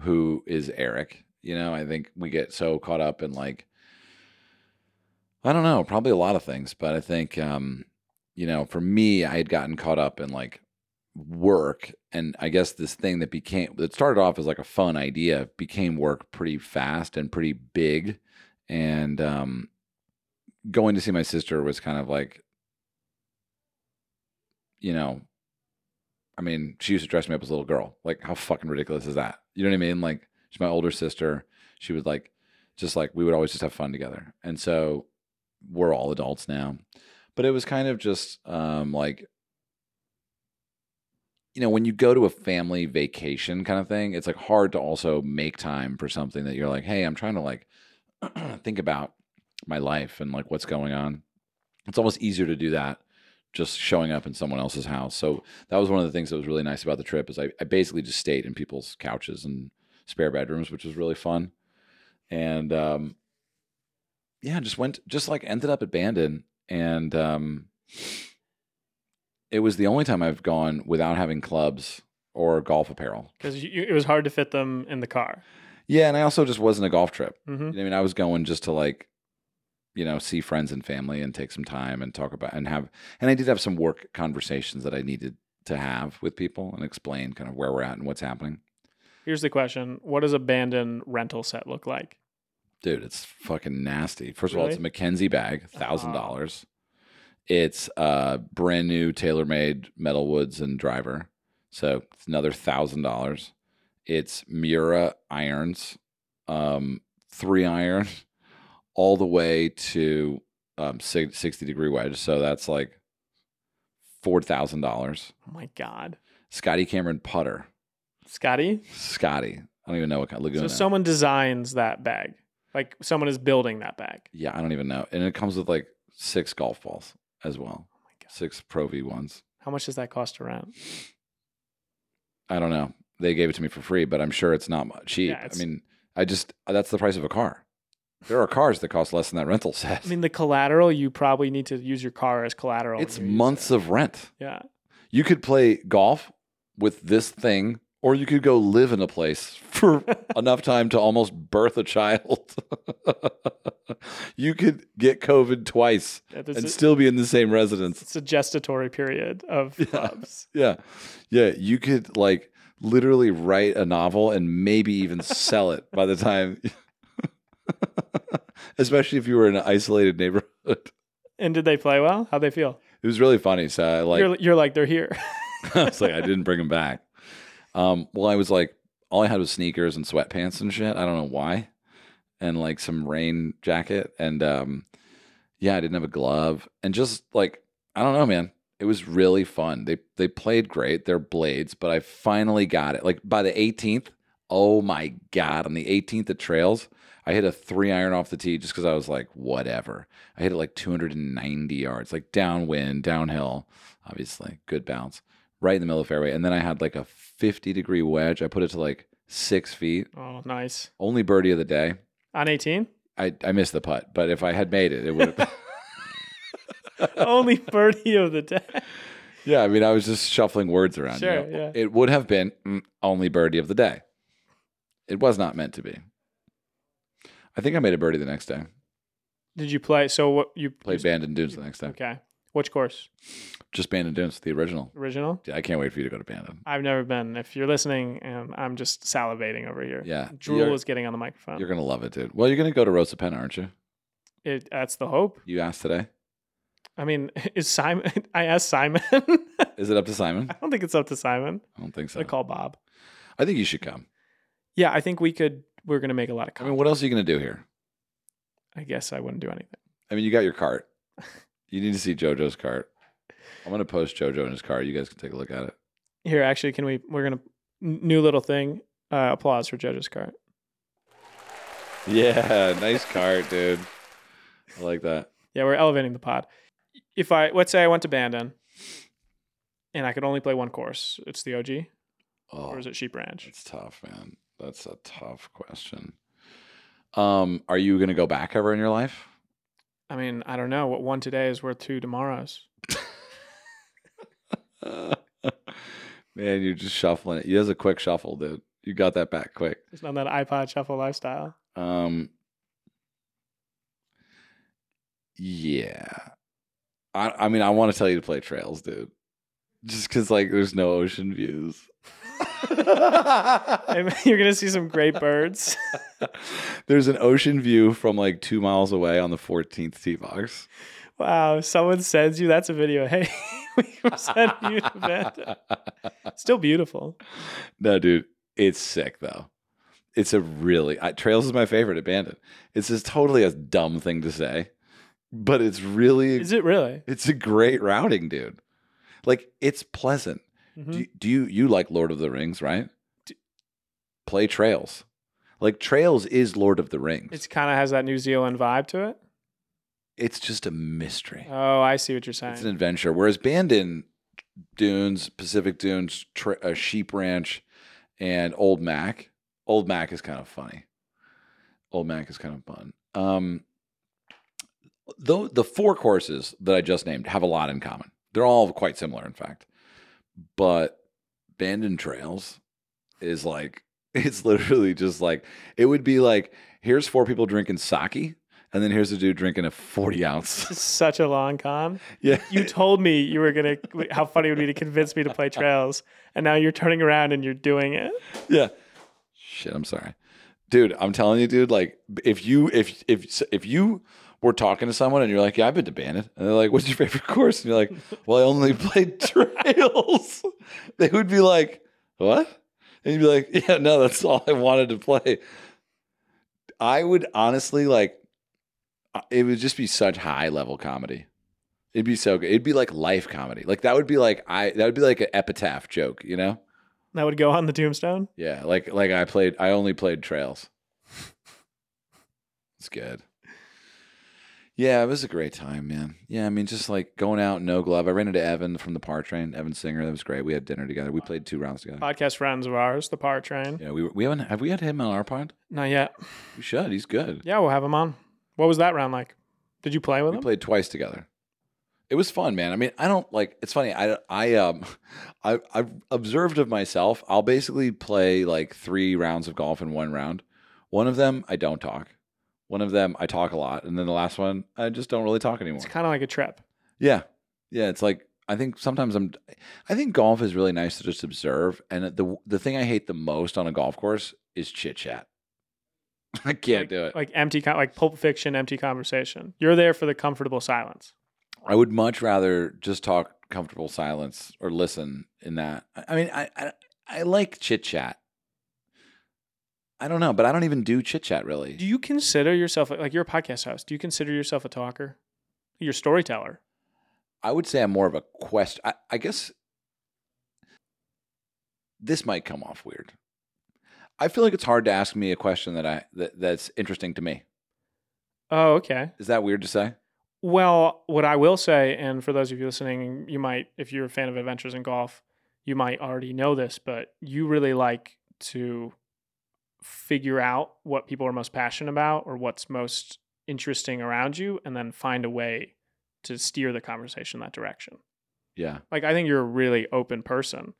Speaker 1: who is eric you know i think we get so caught up in like i don't know probably a lot of things but i think um you know for me i had gotten caught up in like work and i guess this thing that became that started off as like a fun idea became work pretty fast and pretty big and um going to see my sister was kind of like you know, I mean, she used to dress me up as a little girl. Like, how fucking ridiculous is that? You know what I mean? Like, she's my older sister. She would like, just like, we would always just have fun together. And so we're all adults now. But it was kind of just um, like, you know, when you go to a family vacation kind of thing, it's like hard to also make time for something that you're like, hey, I'm trying to like think about my life and like what's going on. It's almost easier to do that just showing up in someone else's house. So that was one of the things that was really nice about the trip is I, I basically just stayed in people's couches and spare bedrooms, which was really fun. And um, yeah, just went just like ended up at Bandon and um it was the only time I've gone without having clubs or golf apparel.
Speaker 2: because it was hard to fit them in the car.
Speaker 1: Yeah, and I also just wasn't a golf trip.
Speaker 2: hmm
Speaker 1: I mean, I was going just to like you know, see friends and family and take some time and talk about and have and I did have some work conversations that I needed to have with people and explain kind of where we're at and what's happening.
Speaker 2: Here's the question: What does abandoned rental set look like?
Speaker 1: Dude, it's fucking nasty. First of all, it's a
Speaker 2: Really?
Speaker 1: Mackenzie bag,
Speaker 2: Ah.
Speaker 1: thousand dollars. It's uh brand new tailor-made metal woods and driver. So it's another thousand dollars. It's Mura irons, um, three iron, all the way to um si- 60 degree wedge. So that's like four thousand dollars.
Speaker 2: Oh my god,
Speaker 1: Scotty Cameron putter.
Speaker 2: Scotty!
Speaker 1: Scotty. I don't even know what kind of
Speaker 2: So
Speaker 1: Laguna.
Speaker 2: someone designs that bag, like someone is building that bag.
Speaker 1: Yeah, I don't even know. And it comes with like six golf balls as well.
Speaker 2: Oh my god,
Speaker 1: Six Pro V ones.
Speaker 2: how much does that cost to rent?
Speaker 1: I don't know. They gave it to me for free, but I'm sure it's not mu- cheap.
Speaker 2: Yeah,
Speaker 1: I
Speaker 2: it's-
Speaker 1: mean, I just that's the price of a car. There are cars that cost less than that rental set.
Speaker 2: I mean, the collateral you probably need to use your car as collateral. when
Speaker 1: it's
Speaker 2: you're using
Speaker 1: months
Speaker 2: it.
Speaker 1: of rent.
Speaker 2: yeah.
Speaker 1: You could play golf with this thing, or you could go live in a place for enough time to almost birth a child. you could get COVID twice
Speaker 2: Yeah, there's
Speaker 1: and
Speaker 2: a-
Speaker 1: still be in the same residence.
Speaker 2: it's a gestatory period of
Speaker 1: Yeah.
Speaker 2: clubs.
Speaker 1: Yeah. Yeah. You could like literally write a novel and maybe even sell it by the time, especially if you were in an isolated neighborhood. It
Speaker 2: And did they play well? How'd they feel?
Speaker 1: was really funny. So I like,
Speaker 2: you're, you're like, they're here.
Speaker 1: I was like, I didn't bring them back. Um, well, I was like, all I had was sneakers and sweatpants and shit. I don't know why. And like some rain jacket. And um, yeah, I didn't have a glove. And just like, I don't know, man. It was really fun. They they played great. They're blades, but I finally got it. Like by the 18th, oh my God. On the 18th at Trails, I hit a three iron off the tee just because I was like, whatever. I hit it like 290 yards, like downwind, downhill, obviously. Good bounce right in the middle of the fairway. And then I had like a 50 degree wedge. I put it to like six feet.
Speaker 2: Oh, nice.
Speaker 1: Only birdie of the day.
Speaker 2: On 18?
Speaker 1: I, I missed the putt, but if I had made it, it would have.
Speaker 2: Only birdie of the day.
Speaker 1: yeah, I mean, I was just shuffling words around. you
Speaker 2: Sure,
Speaker 1: know.
Speaker 2: yeah.
Speaker 1: It would have been mm, only birdie of the day. It was not meant to be. I think I made a birdie the next day.
Speaker 2: Did you play? So what you
Speaker 1: Played Band and Dunes the next day.
Speaker 2: Okay. Which course?
Speaker 1: Just Band and Dunes, the original.
Speaker 2: Original?
Speaker 1: Yeah, I can't wait for you to go to Bandon.
Speaker 2: I've never been. If you're listening, um, I'm just salivating over here.
Speaker 1: Yeah.
Speaker 2: Drool
Speaker 1: You're-
Speaker 2: is getting on the microphone.
Speaker 1: You're going to love it, dude. Well, you're going to go to Rosa Penn, aren't you?
Speaker 2: It, that's the hope.
Speaker 1: You asked today.
Speaker 2: I mean, is Simon? I asked Simon.
Speaker 1: Is it up to Simon?
Speaker 2: I don't think it's up to Simon.
Speaker 1: I don't think
Speaker 2: I
Speaker 1: so.
Speaker 2: call Bob.
Speaker 1: I think you should come.
Speaker 2: Yeah, I think we could. We're gonna make a lot of.
Speaker 1: I
Speaker 2: Comments.
Speaker 1: mean, what else are you going to do here?
Speaker 2: I guess I wouldn't do anything.
Speaker 1: I mean, you got your cart. You need to see JoJo's cart. I'm going to post JoJo in his cart. You guys can take a look at it.
Speaker 2: Here, actually, can we? We're gonna n- new little thing. Uh, applause for Judge's cart.
Speaker 1: Yeah, nice cart, dude. I like that.
Speaker 2: Yeah, we're elevating the pod. If I let's say I went to Bandon, and I could only play one course, it's the OG
Speaker 1: Oh,
Speaker 2: or is it Sheep Ranch?
Speaker 1: that's tough, man. That's a tough question. Um, are you going to go back ever in your life?
Speaker 2: I mean, I don't know. What one today is worth two tomorrows.
Speaker 1: man, you're just shuffling it. He does a quick shuffle, dude. You got that back quick.
Speaker 2: It's not that iPod shuffle lifestyle.
Speaker 1: Um, yeah, I I mean I want to tell you to play trails, dude. Just because like there's no ocean views.
Speaker 2: I mean, you're gonna see some great birds.
Speaker 1: there's an ocean view from like two miles away on the 14th tee box.
Speaker 2: Wow, someone sends you that's a video. Hey, we will send you to Bandon. Still beautiful.
Speaker 1: no, dude, it's sick though. It's a really I, trails is my favorite abandon. It's just totally a dumb thing to say but it's really
Speaker 2: Is it really?
Speaker 1: it's a great routing, dude. Like it's pleasant. Do,
Speaker 2: Mhm.
Speaker 1: you- do you you like Lord of the Rings, right? Play Trails. Like Trails is Lord of the Rings.
Speaker 2: It's kind of has that New Zealand vibe to it.
Speaker 1: it's just a mystery.
Speaker 2: Oh, I see what you're saying.
Speaker 1: It's an adventure. Whereas Bandon, Dunes, Pacific Dunes, tra- uh, Sheep Ranch, and Old Mac. Old Mac is kind of funny. Old Mac is kind of fun. Um, though the four courses that I just named have a lot in common. They're all quite similar, in fact. But Bandon Trails is like it's literally just like it would be like here's four people drinking sake, and then here's a dude drinking a forty ounce.
Speaker 2: It's such a long con.
Speaker 1: yeah,
Speaker 2: You told me you were gonna how funny it would be to convince me to play trails, and now you're turning around and you're doing it.
Speaker 1: yeah. Shit, I'm sorry, dude. I'm telling you, dude. Like, if you if if if you were talking to someone and you're like, "Yeah, I've been to Bandit," and they're like, "What's your favorite course?" and you're like, "Well, I only played trails," they would be like, "What?" And you'd be like, "Yeah, no, that's all I wanted to play." I would honestly like. uh, It would just be such high level comedy. It'd be so good. It'd be like life comedy. Like that would be like I that would be like an epitaph joke, you know?
Speaker 2: That would go on the tombstone.
Speaker 1: Yeah, like like I played I only played trails. it's good. Yeah, it was a great time, man. Yeah, I mean just like going out no glove. I ran into Evan from the Par Train, Evan Singer. That was great. We had dinner together. We played two rounds together.
Speaker 2: Podcast friends of ours, the Power Train.
Speaker 1: Yeah, we we haven't have we had him on our pod?
Speaker 2: Not yet.
Speaker 1: We should. He's good.
Speaker 2: Yeah, we'll have him on. What was that round like? Did you play with
Speaker 1: We
Speaker 2: him?
Speaker 1: played twice together. It was fun, man. I mean, I don't like. It's funny. I I um, I I've observed of myself. I'll basically play like three rounds of golf in one round. One of them I don't talk. One of them I talk a lot, and then the last one I just don't really talk anymore.
Speaker 2: It's kind of like a trip.
Speaker 1: Yeah. Yeah. It's like, I think sometimes I'm, I think golf is really nice to just observe. And the, the thing I hate the most on a golf course is chit chat. I can't
Speaker 2: like,
Speaker 1: do it.
Speaker 2: Like empty, con- like Pulp Fiction, empty conversation. You're there for the comfortable silence.
Speaker 1: I would much rather just talk comfortable silence or listen in that. I- I mean, I, I, I like chit chat. I don't know, but I don't even do chit chat really.
Speaker 2: Do you consider yourself like you're a podcast host? Do you consider yourself a talker? You're a storyteller.
Speaker 1: I would say I'm more of a quest. I, I guess this might come off weird. I feel like it's hard to ask me a question that I that, that's interesting to me.
Speaker 2: Oh, okay.
Speaker 1: Is that weird to say?
Speaker 2: Well, what I will say, and for those of you listening, you might, if you're a fan of adventures in golf, you might already know this, but you really like to figure out what people are most passionate about or what's most interesting around you, and then find a way to steer the conversation that direction.
Speaker 1: Yeah.
Speaker 2: Like, I think you're a really open person.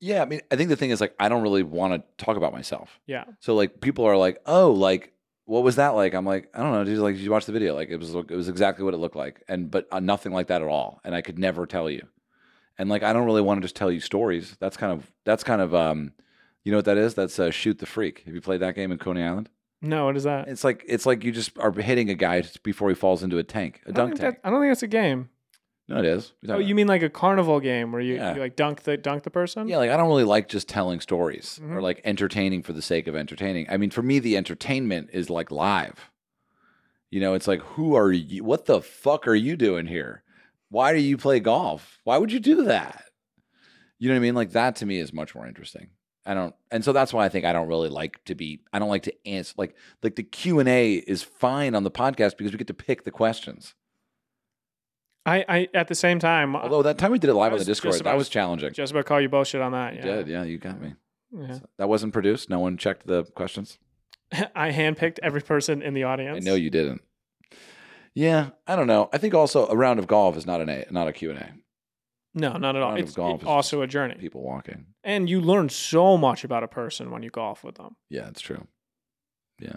Speaker 1: Yeah, I mean, I think the thing is like I don't really want to talk about myself.
Speaker 2: Yeah.
Speaker 1: So like people are like, "Oh, like what was that like?" I'm like, "I don't know, dude, like did you watch the video? Like it was it was exactly what it looked like." And but uh, nothing like that at all, and I could never tell you. And like I don't really want to just tell you stories. That's kind of that's kind of um you know what that is? That's uh, shoot the freak. Have you played that game in Coney Island?
Speaker 2: No, what is that?
Speaker 1: It's like it's like you just are hitting a guy before he falls into a tank, a
Speaker 2: I don't
Speaker 1: dunk
Speaker 2: think
Speaker 1: tank.
Speaker 2: that- I don't think that's a game.
Speaker 1: No, it is.
Speaker 2: Oh, you mean like a carnival game where you,
Speaker 1: Yeah.
Speaker 2: you like dunk the dunk the person?
Speaker 1: Yeah, like I don't really like just telling stories or
Speaker 2: Mhm.
Speaker 1: like entertaining for the sake of entertaining. I mean, for me, the entertainment is like live. You know, it's like, who are you? What the fuck are you doing here? Why do you play golf? Why would you do that? You know what I mean? Like that to me is much more interesting. I don't, and so that's why I think I don't really like to be. I don't like to answer like like the Q and A is fine on the podcast because we get to pick the questions.
Speaker 2: I, I at the same time
Speaker 1: Although that time we did it live
Speaker 2: Uh,
Speaker 1: on the
Speaker 2: I was just
Speaker 1: Discord,
Speaker 2: about
Speaker 1: that
Speaker 2: to-
Speaker 1: was challenging.
Speaker 2: just about call you bullshit on that.
Speaker 1: You
Speaker 2: Yeah.
Speaker 1: did, yeah, you got me.
Speaker 2: Yeah.
Speaker 1: So that wasn't produced. No one checked the questions.
Speaker 2: I handpicked every person in the audience.
Speaker 1: I know you didn't. Yeah, I don't know. I think also a round of golf is not an A, not a Q and A.
Speaker 2: No, not at all.
Speaker 1: Round of
Speaker 2: It's
Speaker 1: golf
Speaker 2: it-
Speaker 1: is
Speaker 2: also a journey.
Speaker 1: People walking.
Speaker 2: And you learn so much about a person when you golf with them.
Speaker 1: Yeah, it's true. Yeah.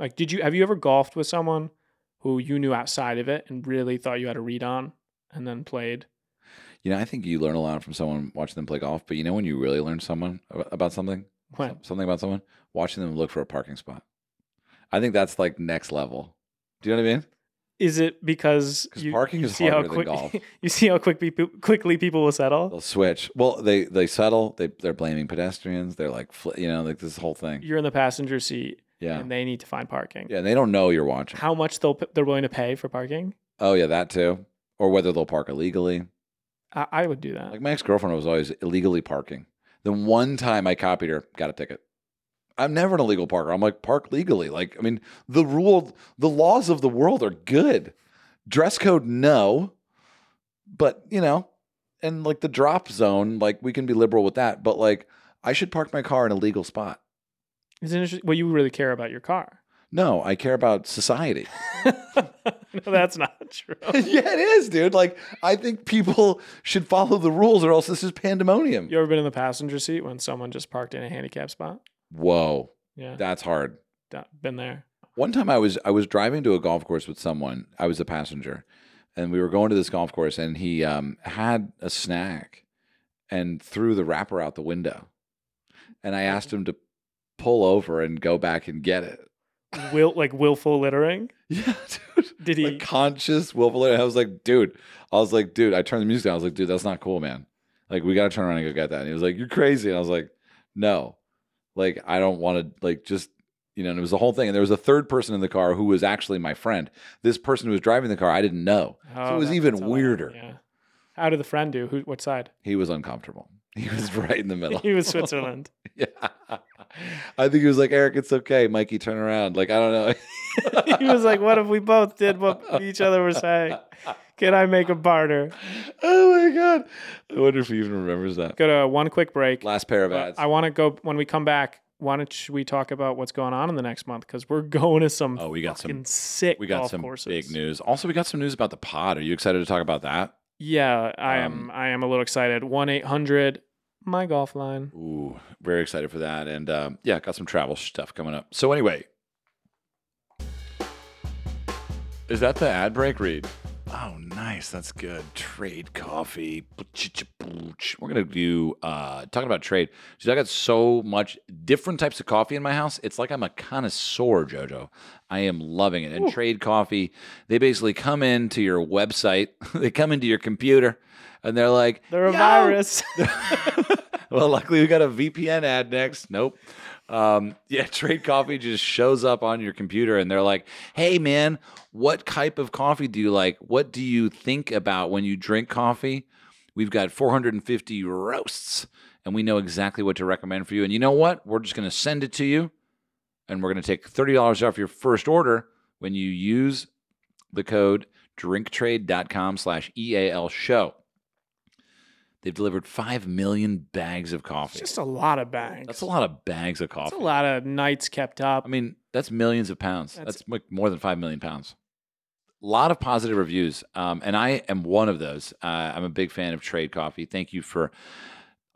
Speaker 2: Like, did you have you ever golfed with someone who you knew outside of it and really thought you had a read on and then played?
Speaker 1: You know, I think you learn a lot from someone watching them play golf. But you know, when you really learn someone ab- about something,
Speaker 2: When?
Speaker 1: something about someone, watching them look for a parking spot. I think that's like next level. Do you know what I mean?
Speaker 2: Is it because
Speaker 1: 'Cause
Speaker 2: you
Speaker 1: parking
Speaker 2: you
Speaker 1: is
Speaker 2: see how
Speaker 1: harder than
Speaker 2: quick
Speaker 1: golf.
Speaker 2: you see how quick people, quickly people will settle?
Speaker 1: They'll switch. Well, they they settle. They they're blaming pedestrians. They're like, fl- you know, like this whole thing.
Speaker 2: You're in the passenger seat
Speaker 1: Yeah,
Speaker 2: and they need to find parking.
Speaker 1: yeah. And they don't know you're watching.
Speaker 2: How much they'll p- they're willing to pay for parking?
Speaker 1: Oh yeah, that too. Or whether they'll park illegally.
Speaker 2: I, I would do that.
Speaker 1: Like my ex girlfriend was always illegally parking. Then one time I copied her, got a ticket. I'm never an illegal parker. I'm like park legally. Like I mean, the rule, the laws of the world are good. Dress code, no, but you know, and like the drop zone, like we can be liberal with that. But like I should park my car in a legal spot.
Speaker 2: it's interesting. Well, you really care about your car.
Speaker 1: No, I care about society.
Speaker 2: no, that's not true.
Speaker 1: yeah, it is, dude. Like I think people should follow the rules, or else this is pandemonium.
Speaker 2: You ever been in the passenger seat when someone just parked in a handicap spot?
Speaker 1: Whoa,
Speaker 2: Yeah,
Speaker 1: that's hard.
Speaker 2: da- been there.
Speaker 1: One time I was I was driving to a golf course with someone. I was a passenger, and we were going to this golf course, and he um, had a snack, and threw the wrapper out the window, and I asked him to pull over and go back and get it.
Speaker 2: Will like willful littering?
Speaker 1: Yeah, dude.
Speaker 2: Did he?
Speaker 1: Like conscious willful. And I was like, dude. I was like, dude. I turned the music down. I was like, dude, that's not cool, man. Like we gotta turn around and go get that. And he was like, you're crazy. And I was like, no. Like I don't want to. Like just you know. And it was the whole thing. And there was a third person in the car who was actually my friend. This person who was driving the car, I didn't know. so
Speaker 2: Oh,
Speaker 1: it was
Speaker 2: that-
Speaker 1: even
Speaker 2: that's how that-
Speaker 1: weirder.
Speaker 2: Yeah. How did the friend do? Who? What side?
Speaker 1: He was uncomfortable. He was right in the middle.
Speaker 2: he was Switzerland.
Speaker 1: yeah. I think he was like, Eric, it's okay. Mikey, turn around. Like I don't know.
Speaker 2: he was like, "What if we both did what each other were saying? Can I make a barter?"
Speaker 1: oh my god. I wonder if he even remembers that.
Speaker 2: Go to one quick break.
Speaker 1: Last pair of
Speaker 2: But
Speaker 1: ads.
Speaker 2: I want to go when we come back. Why don't sh- we talk about what's going on in the next month? Because we're going to some
Speaker 1: Oh, we got some-
Speaker 2: fucking sick
Speaker 1: we got
Speaker 2: golf
Speaker 1: some
Speaker 2: courses.
Speaker 1: big news. Also, we got some news about the pod. Are you excited to talk about that?
Speaker 2: Yeah, I
Speaker 1: Um,
Speaker 2: am. I am a little excited. One eight hundred, my golf line.
Speaker 1: Ooh, very excited for that. And um, yeah, got some travel stuff coming up. So anyway, is that the ad break read? Oh, nice. That's good. Trade coffee. We're gonna do uh, talking about trade. Dude, I got so much different types of coffee in my house. It's like I'm a connoisseur, Jojo. I am loving it. And Trade Coffee, they basically come into your website. they come into your computer, and they're like,
Speaker 2: They're a
Speaker 1: "Yo,
Speaker 2: virus.
Speaker 1: well, luckily we got a VPN ad next. Nope. Um, yeah, Trade Coffee just shows up on your computer and they're like, hey, man, what type of coffee do you like? What do you think about when you drink coffee? We've got 450 roasts and we know exactly what to recommend for you. And you know what? We're just going to send it to you and we're going to take $30 off your first order when you use the code drinktrade.com slash EAL show. They've delivered 5 million bags of
Speaker 2: It's
Speaker 1: coffee.
Speaker 2: just a lot of bangs.
Speaker 1: That's a lot of bags of
Speaker 2: That's
Speaker 1: coffee.
Speaker 2: a lot of nights kept up.
Speaker 1: I mean, that's millions of pounds.
Speaker 2: That's-
Speaker 1: That's, like more than five million pounds. A lot of positive reviews, um, and I am one of those. Uh, I'm a big fan of Trade Coffee. Thank you for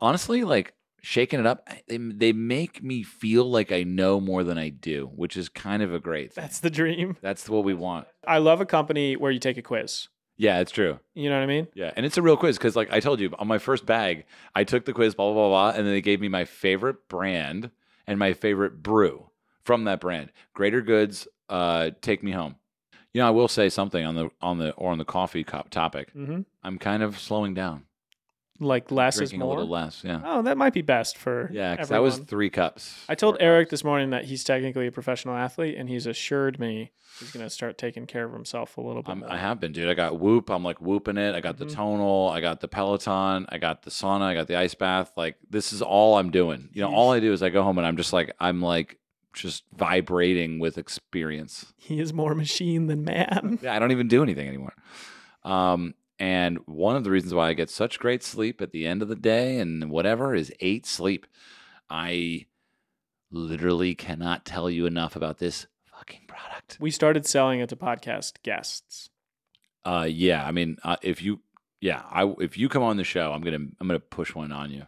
Speaker 1: honestly, like shaking it up. I- They, they make me feel like I know more than I do, which is kind of a great thing.
Speaker 2: That's the dream.
Speaker 1: That's what we want.
Speaker 2: I love a company where you take a quiz.
Speaker 1: Yeah, it's true.
Speaker 2: You know what I mean?
Speaker 1: Yeah, and it's a real quiz because, like I told you, on my first bag, I took the quiz, blah blah blah, blah, and then they gave me my favorite brand and my favorite brew from that brand. Greater Goods, uh, take me home. You know, I will say something on the on the or on the coffee cup topic.
Speaker 2: hmm
Speaker 1: I'm kind of slowing down,
Speaker 2: Like less
Speaker 1: drinking
Speaker 2: is more.
Speaker 1: a little less. Yeah,
Speaker 2: Oh, that might be best for
Speaker 1: yeah, because that
Speaker 2: everyone.
Speaker 1: was three cups.
Speaker 2: I told Eric this morning that he's technically a professional athlete, and he's assured me he's going to start taking care of himself a little bit.
Speaker 1: I'm,
Speaker 2: more.
Speaker 1: I have been, dude. I got Whoop. I'm like whooping it. I got the
Speaker 2: Mhm.
Speaker 1: tonal. I got the Peloton. I got the sauna. I got the ice bath. Like this is all I'm doing. You know, all I do is I go home and I'm just like I'm like just vibrating with experience.
Speaker 2: He is more machine than man.
Speaker 1: Yeah, I don't even do anything anymore. Um, and one of the reasons why I get such great sleep at the end of the day and whatever is eight sleep. I literally cannot tell you enough about this fucking product.
Speaker 2: We started selling it to podcast guests.
Speaker 1: Uh, yeah. I mean, uh, if you, yeah, I if you come on the show, I'm gonna I'm gonna push one on you.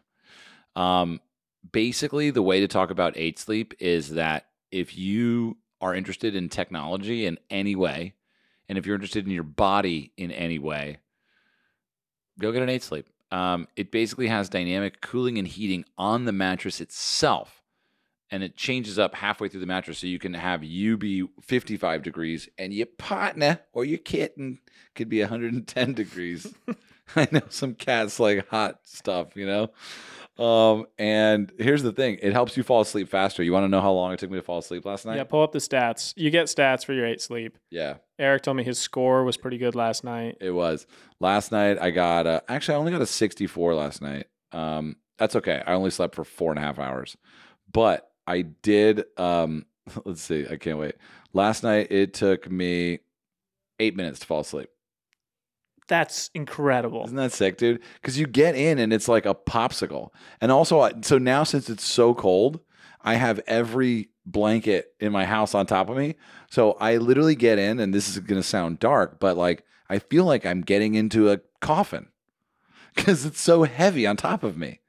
Speaker 1: Um, basically, the way to talk about eight sleep is that if you are interested in technology in any way, and if you're interested in your body in any way, go get an eight sleep. Um, it basically has dynamic cooling and heating on the mattress itself. And it changes up halfway through the mattress so you can have you be 55 degrees and your partner or your kitten could be 110 degrees. I know some cats like hot stuff, you know? Um, and here's the thing it helps you fall asleep faster. You want to know how long it took me to fall asleep last night?
Speaker 2: Yeah, pull up the stats. You get stats for your eight sleep.
Speaker 1: Yeah,
Speaker 2: Eric told me his score was pretty good last night.
Speaker 1: it was. Last night, I got, a, actually, I only got a 64 last night. Um, that's okay. I only slept for four and a half hours, but I did. Um, let's see. I can't wait. Last night, it took me eight minutes to fall asleep.
Speaker 2: That's incredible.
Speaker 1: Isn't that sick, dude? Because you get in and it's like a popsicle. And also, I- so now since it's so cold, I have every blanket in my house on top of me. So I literally get in, and this is going to sound dark, but like I feel like I'm getting into a coffin because it's so heavy on top of me.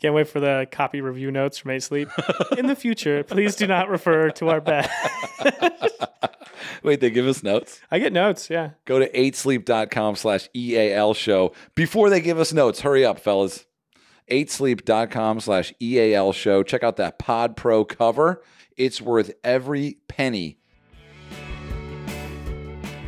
Speaker 2: Can't wait for the copy review notes from Eight Sleep. In the future, please do not refer to our bed.
Speaker 1: Wait, they give us notes?
Speaker 2: I get notes, yeah.
Speaker 1: Go to 8sleep.com slash EAL show before they give us notes. Hurry up, fellas. 8sleep.com slash EAL show. Check out that Pod Pro cover. It's worth every penny.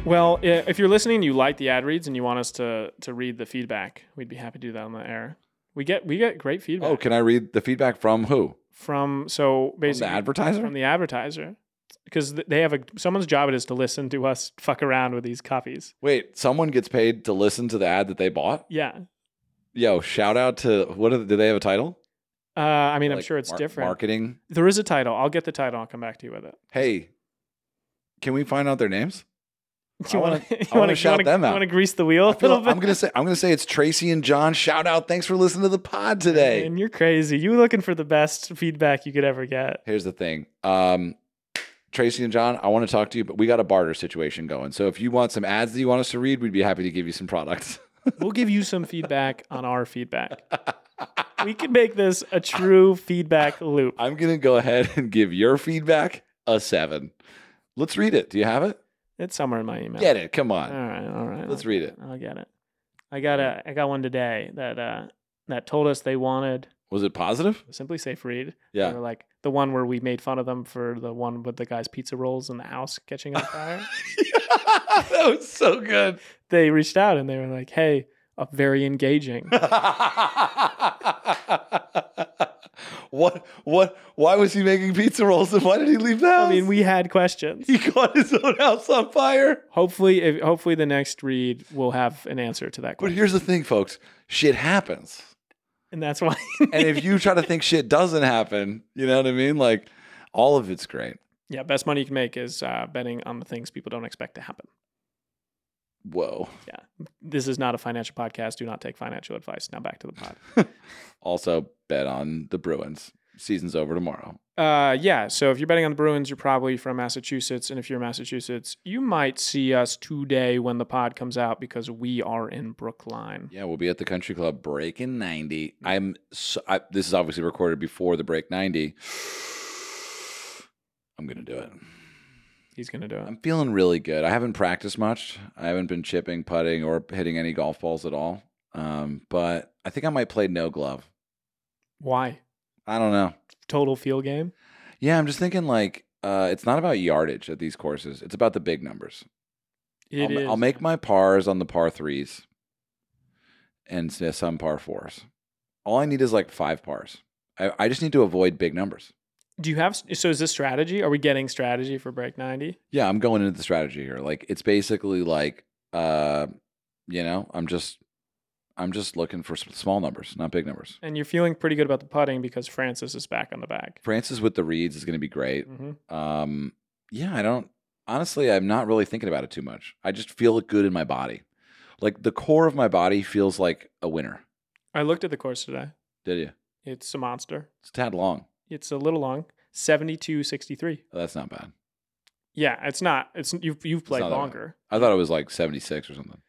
Speaker 2: Well, i- if you're listening, you like the ad reads, and you want us to to read the feedback, we'd be happy to do that on the air. We get we get great feedback
Speaker 1: Oh, can I read the feedback from who?
Speaker 2: from so
Speaker 1: From the
Speaker 2: basically
Speaker 1: advertiser?
Speaker 2: from the advertiser because they have a someone's job it is to listen to us fuck around with these copies.
Speaker 1: Wait, someone gets paid to listen to the ad that they bought?
Speaker 2: Yeah,
Speaker 1: Yo, shout out to what are the, do they have a title?
Speaker 2: uh, I mean, I'm
Speaker 1: Like
Speaker 2: sure it's
Speaker 1: mar-
Speaker 2: different.
Speaker 1: Marketing.
Speaker 2: There is a title. I'll get the title. I'll come back to you with it.
Speaker 1: Hey, can we find out their names?
Speaker 2: You
Speaker 1: I
Speaker 2: wanna-
Speaker 1: wanna- I
Speaker 2: you
Speaker 1: wanna
Speaker 2: wanna- you
Speaker 1: shout
Speaker 2: wanna-
Speaker 1: them
Speaker 2: You
Speaker 1: out.
Speaker 2: want to grease the wheel
Speaker 1: I
Speaker 2: a little bit?
Speaker 1: am gonna say I'm gonna say it's Tracy and John. Shout out! Thanks for listening to the pod today.
Speaker 2: And you're crazy. You looking for the best feedback you could ever get.
Speaker 1: here's the thing. Um, Tracy and John, I want to talk to you, but we got a barter situation going. So if you want some ads that you want us to read, we'd be happy to give you some products.
Speaker 2: We'll give you some feedback on our feedback. We can make this a true feedback loop.
Speaker 1: I'm going to go ahead and give your feedback a seven. Let's read it. Do you have it?
Speaker 2: It's somewhere in my email.
Speaker 1: Get it. Come
Speaker 2: All
Speaker 1: on.
Speaker 2: right, all right.
Speaker 1: Let's
Speaker 2: I'll-
Speaker 1: read it.
Speaker 2: I'll get it. I got a I got one today that uh that told us they wanted
Speaker 1: Was it positive?
Speaker 2: simply safe read. They
Speaker 1: Yeah.
Speaker 2: were like the one where we made fun of them for the one with the guy's pizza rolls in the house catching on fire.
Speaker 1: that was so good.
Speaker 2: they reached out and they were like, "Hey, uh, very engaging."
Speaker 1: what? What? Why was he making pizza rolls and why did he leave the house?
Speaker 2: I mean, we had questions.
Speaker 1: he caught his own house on fire.
Speaker 2: Hopefully, if, hopefully the next read will have an answer to that
Speaker 1: But
Speaker 2: question,
Speaker 1: here's the thing, folks. Shit happens.
Speaker 2: and that's why.
Speaker 1: And if you try to think shit doesn't happen, you know what I mean? Like all of it's great.
Speaker 2: yeah, best money you can make is uh, betting on the things people don't expect to happen.
Speaker 1: Whoa.
Speaker 2: This is not a financial podcast. Do not take financial advice. Now back to the pod.
Speaker 1: Also bet on the Bruins. Season's over tomorrow.
Speaker 2: Uh, yeah. So if you're betting on the Bruins, you're probably from Massachusetts, and if you're in Massachusetts, you might see us today when the pod comes out because we are in Brookline.
Speaker 1: Yeah, we'll be at the country club breaking 90. I'm so, I, this is obviously recorded before the break 90. I'm going to do it.
Speaker 2: He's gonna do it.
Speaker 1: I'm feeling really good. I haven't practiced much. I haven't been chipping, putting, or hitting any golf balls at all. Um, but I think I might play no glove.
Speaker 2: Why?
Speaker 1: I don't know.
Speaker 2: Total field game.
Speaker 1: Yeah, I'm just thinking like uh, it's not about yardage at these courses. It's about the big numbers.
Speaker 2: It
Speaker 1: I'll, ma- I'll
Speaker 2: is.
Speaker 1: make my pars on the par threes and s- uh, some par fours. All I need is like five pars. I, I just need to avoid big numbers.
Speaker 2: Do you have? So is this strategy? Are we getting strategy for break ninety?
Speaker 1: Yeah, I'm going into the strategy here. Like it's basically like uh, you know, I'm just I'm just looking for s- small numbers, not big numbers.
Speaker 2: And you're feeling pretty good about the putting because Francis is back on the bag.
Speaker 1: Francis with the reeds is going to be great.
Speaker 2: hmm
Speaker 1: Um, yeah, I don't honestly, I'm not really thinking about it too much. I just feel it good in my body. Like the core of my body feels like a winner.
Speaker 2: I looked at the course today.
Speaker 1: Did you?
Speaker 2: It's a monster.
Speaker 1: It's a tad long.
Speaker 2: It's a little long. Seventy-two sixty-three.
Speaker 1: Oh, that's not bad.
Speaker 2: Yeah, it's not. It's you've you've played
Speaker 1: not that bad.
Speaker 2: longer.
Speaker 1: I thought it was like 76 or something.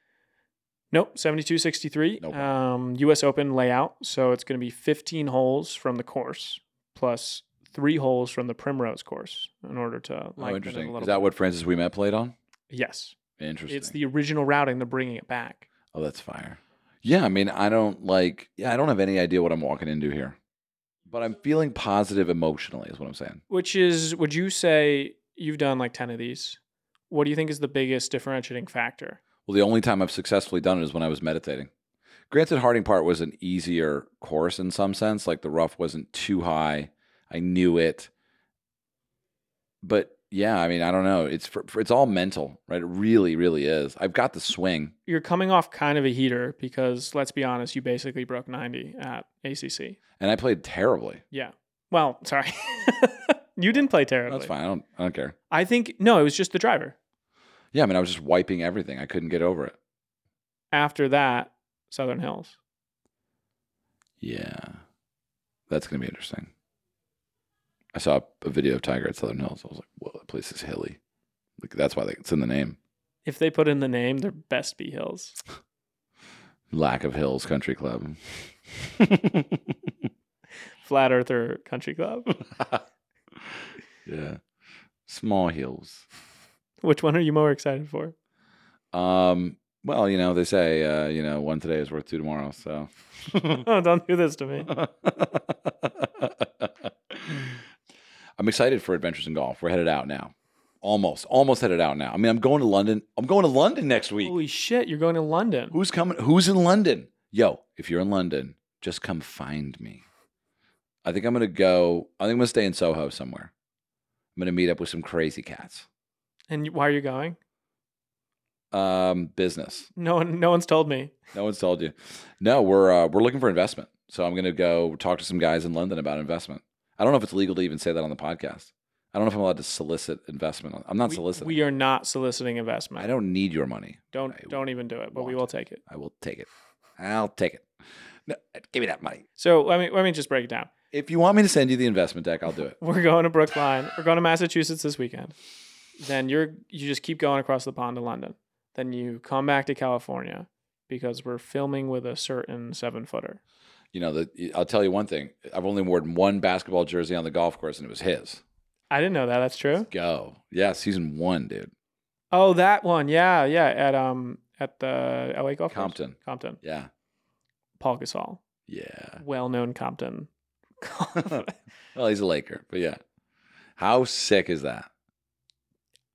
Speaker 2: Nope, 72 63.
Speaker 1: Nope.
Speaker 2: Um, US Open layout. So it's going to be 15 holes from the course plus three holes from the Primrose course in order to
Speaker 1: Oh,
Speaker 2: like
Speaker 1: interesting.
Speaker 2: A little
Speaker 1: Is that
Speaker 2: bit.
Speaker 1: what Francis We Met played on?
Speaker 2: Yes.
Speaker 1: Interesting.
Speaker 2: It's the original routing. They're bringing it back.
Speaker 1: oh, that's fire. Yeah, I mean, I don't like, yeah, I don't have any idea what I'm walking into here, but I'm feeling positive emotionally, is what I'm saying.
Speaker 2: Which is, would you say you've done like 10 of these? What do you think is the biggest differentiating factor?
Speaker 1: Well, the only time I've successfully done it is when I was meditating. Granted, Harding Part was an easier course in some sense. Like the rough wasn't too high. I knew it. But yeah, I mean, I don't know. It's for, for, it's all mental, right? It really, really is. I've got the swing.
Speaker 2: You're coming off kind of a heater because let's be honest, you basically broke 90 at ACC.
Speaker 1: And I played terribly.
Speaker 2: Yeah. Well, sorry. you didn't play terribly.
Speaker 1: That's fine. I don't I don't care.
Speaker 2: I think no, it was just the driver.
Speaker 1: Yeah, I mean, I was just wiping everything. I couldn't get over it.
Speaker 2: After that, Southern Hills.
Speaker 1: Yeah. That's going to be interesting. I saw a video of Tiger at Southern Hills. I was like, "Whoa, that place is hilly." Like that's why they, it's in the name.
Speaker 2: If they put in the name, their best be hills.
Speaker 1: Lack of Hills Country Club.
Speaker 2: Flat Earther Country Club.
Speaker 1: yeah, small hills.
Speaker 2: Which one are you more excited for?
Speaker 1: Um. Well, you know they say uh, you know one today is worth two tomorrow. So.
Speaker 2: oh, don't do this to me.
Speaker 1: I'm excited for Adventures in Golf. We're headed out now. Almost, almost headed out now. I mean, I'm going to London. I'm going to London next week.
Speaker 2: Holy shit, you're going to London.
Speaker 1: Who's coming? Who's in London? Yo, if you're in London, just come find me. I think I'm gonna go. I think I'm gonna stay in Soho somewhere. I'm gonna meet up with some crazy cats.
Speaker 2: And why are you going?
Speaker 1: Um, business.
Speaker 2: No one, no one's told me.
Speaker 1: No one's told you. No, we're uh, we're looking for investment. So I'm gonna go talk to some guys in London about investment. I don't know if it's legal to even say that on the podcast. I don't know if I'm allowed to solicit investment. I'm not
Speaker 2: we,
Speaker 1: soliciting.
Speaker 2: We are not soliciting investment.
Speaker 1: I don't need your money.
Speaker 2: Don't
Speaker 1: I
Speaker 2: don't even do it. But we will take it.
Speaker 1: I will take it. I'll take it. No, give me that money.
Speaker 2: So let me let me just break it down.
Speaker 1: If you want me to send you the investment deck, I'll do it.
Speaker 2: We're going to Brookline. We're going to Massachusetts this weekend. Then you're you just keep going across the pond to London. Then you come back to California because we're filming with a certain seven footer
Speaker 1: you know, the, I'll tell you one thing. I've only worn one basketball jersey on the golf course, and it was his.
Speaker 2: I didn't know that. That's true.
Speaker 1: Let's go. Yeah, season one, dude.
Speaker 2: Oh, that one. Yeah, yeah. At um at the LA golf
Speaker 1: Compton.
Speaker 2: Course? Compton.
Speaker 1: Yeah.
Speaker 2: Paul Gasol.
Speaker 1: Yeah.
Speaker 2: Well known Compton.
Speaker 1: well, he's a Laker, but yeah. How sick is that?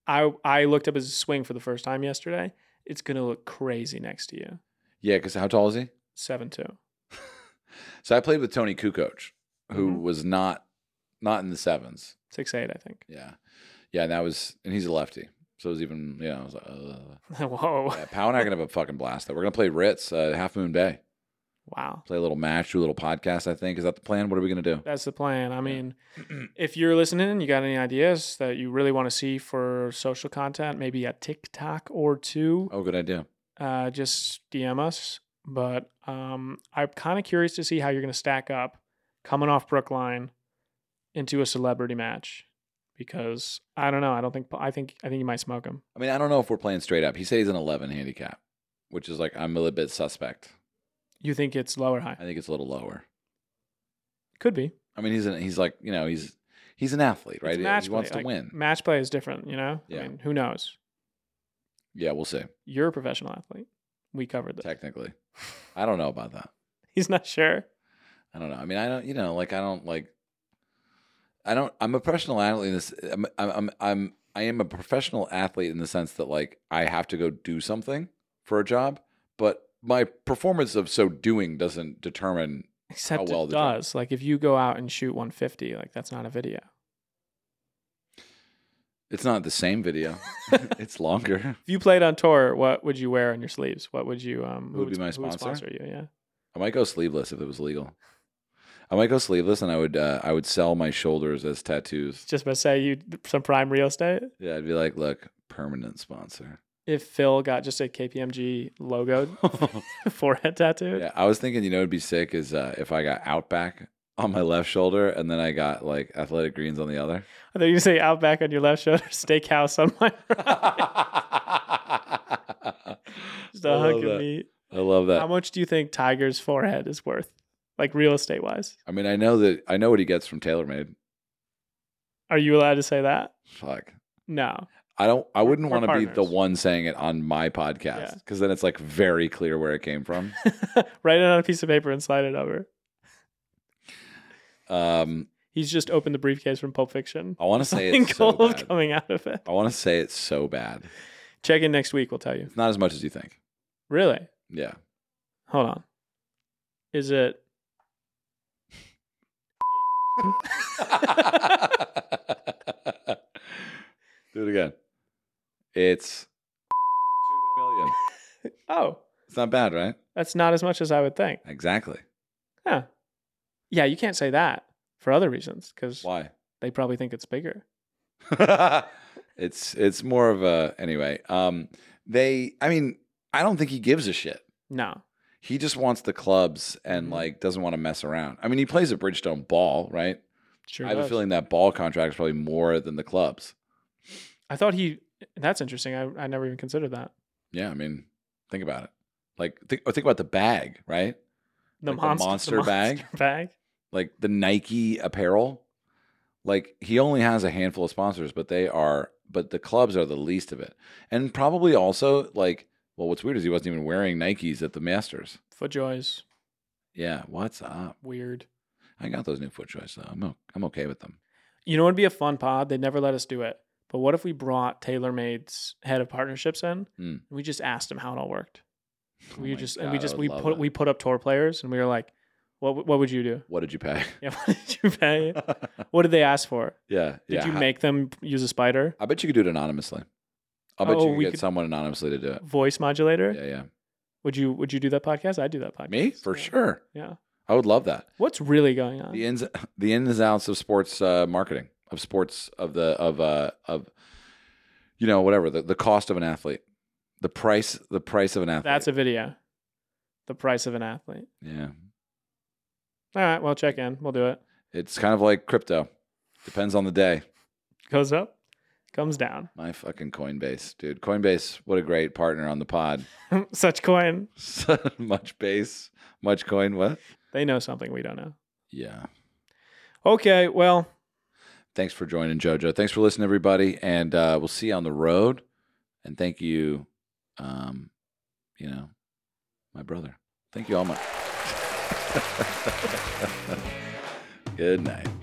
Speaker 2: I I looked up his swing for the first time yesterday. It's gonna look crazy next to you.
Speaker 1: Yeah, because how tall is he?
Speaker 2: Seven two.
Speaker 1: So I played with Tony Kukoc, who mm-hmm. was not not in the sevens.
Speaker 2: Six eight, I think.
Speaker 1: Yeah, yeah. And that was, and he's a lefty, so it was even. You know, I was like,
Speaker 2: uh. whoa.
Speaker 1: Yeah, Powell and I are gonna have a fucking blast. Though we're gonna play Ritz, uh, Half Moon Bay.
Speaker 2: Wow.
Speaker 1: Play a little match, do a little podcast. I think is that the plan. What are we gonna do?
Speaker 2: That's the plan. I mean, if you're listening and you got any ideas that you really want to see for social content, maybe a TikTok or two.
Speaker 1: Oh, good idea.
Speaker 2: Uh, just DM us but um, I'm kind of curious to see how you're going to stack up coming off Brookline into a celebrity match because I don't know. I don't think I think I think you might smoke him.
Speaker 1: I mean, I don't know if we're playing straight up. He said he's an 11 handicap, which is like I'm a little bit suspect.
Speaker 2: You think it's lower high?
Speaker 1: I think it's a little lower.
Speaker 2: Could be.
Speaker 1: I mean, he's an, he's like you know he's he's an athlete, right? He,
Speaker 2: match
Speaker 1: he wants
Speaker 2: play.
Speaker 1: to
Speaker 2: like,
Speaker 1: win.
Speaker 2: Match play is different, you know.
Speaker 1: Yeah.
Speaker 2: I mean, who knows?
Speaker 1: Yeah, we'll see.
Speaker 2: You're a professional athlete. We covered this.
Speaker 1: Technically, I don't know about that.
Speaker 2: He's not sure.
Speaker 1: I don't know. I mean, I don't. You know, like I don't like. I don't. I'm a professional athlete. In this, I'm. I'm. I'm. I am a professional athlete in the sense that like I have to go do something for a job, but my performance of so doing doesn't determine
Speaker 2: Except
Speaker 1: how well
Speaker 2: it
Speaker 1: the job-
Speaker 2: does. Like if you go out and shoot 150, like that's not a video.
Speaker 1: It's not the same video. it's longer.
Speaker 2: If you played on tour, what would you wear on your sleeves? What would you um?
Speaker 1: Who would be my
Speaker 2: who would
Speaker 1: sponsor?
Speaker 2: sponsor you? Yeah.
Speaker 1: I might go sleeveless if it was legal. I might go sleeveless, and I would uh, I would sell my shoulders as tattoos.
Speaker 2: Just about to say you some prime real estate.
Speaker 1: Yeah, I'd be like, look, permanent sponsor.
Speaker 2: If Phil got just a KPMG logo forehead tattoo,
Speaker 1: Yeah, I was thinking, you know, it'd be sick is uh, if I got Outback on my left shoulder, and then I got like Athletic Greens on the other.
Speaker 2: I thought you say Outback on your left shoulder, Steakhouse on my just a
Speaker 1: I love
Speaker 2: hunk of
Speaker 1: that.
Speaker 2: meat.
Speaker 1: I love that.
Speaker 2: How much do you think Tiger's forehead is worth, like real estate wise?
Speaker 1: I mean, I know that I know what he gets from TaylorMade.
Speaker 2: Are you allowed to say that?
Speaker 1: Fuck.
Speaker 2: No.
Speaker 1: I don't. I
Speaker 2: We're-
Speaker 1: wouldn't
Speaker 2: we're
Speaker 1: want to be the
Speaker 2: partners.
Speaker 1: one saying it on my
Speaker 2: Yeah.
Speaker 1: podcast because then it's like very clear where it came from.
Speaker 2: Write it on a piece of paper and slide it over.
Speaker 1: um,
Speaker 2: He's just opened the briefcase from Pulp Fiction.
Speaker 1: I want to say
Speaker 2: Something
Speaker 1: it's so
Speaker 2: gold
Speaker 1: bad.
Speaker 2: coming out of it.
Speaker 1: I want to say it's so bad.
Speaker 2: Check in next week. We'll tell you.
Speaker 1: It's not as much as you think.
Speaker 2: Really?
Speaker 1: Yeah.
Speaker 2: Hold on. Is it?
Speaker 1: Do it again. It's million.
Speaker 2: Oh,
Speaker 1: It's not bad, right?
Speaker 2: that's not as much as I would think.
Speaker 1: Exactly.
Speaker 2: Huh. Yeah, you can't say that for other reasons because
Speaker 1: Why?
Speaker 2: they probably think it's bigger.
Speaker 1: it's it's more of a anyway. Um, they. I mean, I don't think he gives a shit.
Speaker 2: No.
Speaker 1: He just wants the clubs and
Speaker 2: Mhm.
Speaker 1: like doesn't want to mess around. I mean, he plays a Bridgestone ball, right?
Speaker 2: Sure.
Speaker 1: I have
Speaker 2: does.
Speaker 1: a feeling that ball contract is probably more than the clubs.
Speaker 2: I thought he. That's interesting. I, I never even considered that.
Speaker 1: Yeah, I mean, think about it. Like, think, or think about the bag, right?
Speaker 2: The,
Speaker 1: Like the
Speaker 2: monster,
Speaker 1: monster bag?
Speaker 2: bag.
Speaker 1: Like the Nike apparel. Like he only has a handful of sponsors, but they are, but the clubs are the least of it, and probably also like, well, what's weird is he wasn't even wearing Nikes at the Masters.
Speaker 2: Footjoy's
Speaker 1: Yeah, what's up?
Speaker 2: weird.
Speaker 1: I got those new foot choice. So I'm o- I'm okay with them.
Speaker 2: You know, it'd be a fun pod. They'd never let us do it. But what if we brought TaylorMade's head of partnerships in
Speaker 1: Mm.
Speaker 2: and we just asked him how it all worked?
Speaker 1: Oh
Speaker 2: we
Speaker 1: my
Speaker 2: just
Speaker 1: God,
Speaker 2: and we
Speaker 1: I
Speaker 2: just
Speaker 1: would
Speaker 2: we
Speaker 1: love
Speaker 2: put
Speaker 1: that.
Speaker 2: we put up tour players and we were like, what w- what would you do?
Speaker 1: What did you pay?
Speaker 2: Yeah, what did you pay? what did they ask for?
Speaker 1: yeah,
Speaker 2: Did
Speaker 1: yeah.
Speaker 2: you
Speaker 1: how-
Speaker 2: make them use a spider
Speaker 1: I bet you could do it anonymously. I bet
Speaker 2: Oh,
Speaker 1: you could
Speaker 2: we
Speaker 1: get
Speaker 2: could-
Speaker 1: someone anonymously to do it.
Speaker 2: voice modulator?
Speaker 1: Uh, Yeah, yeah.
Speaker 2: Would you would you do that podcast? I'd do that podcast.
Speaker 1: Me for
Speaker 2: Yeah.
Speaker 1: sure.
Speaker 2: Yeah.
Speaker 1: I would love that.
Speaker 2: What's really going on?
Speaker 1: The ins, the ins and outs of sports uh, marketing, of sports, of the of uh of, you know, whatever the, the cost of an athlete, the price, the price of an athlete.
Speaker 2: That's a video. The price of an athlete.
Speaker 1: yeah.
Speaker 2: All right, well check in. We'll do it.
Speaker 1: It's kind of like crypto. Depends on the day.
Speaker 2: Goes up, comes down.
Speaker 1: My fucking Coinbase, dude. Coinbase, what a great partner on the pod.
Speaker 2: Such coin.
Speaker 1: So much base, much coin. What?
Speaker 2: They know something we don't know.
Speaker 1: Yeah.
Speaker 2: Okay, well,
Speaker 1: Thanks for joining, JoJo. Thanks for listening, everybody, and uh, we'll see you on the road. And thank you, um, you know, my brother. Thank you all much. Good night.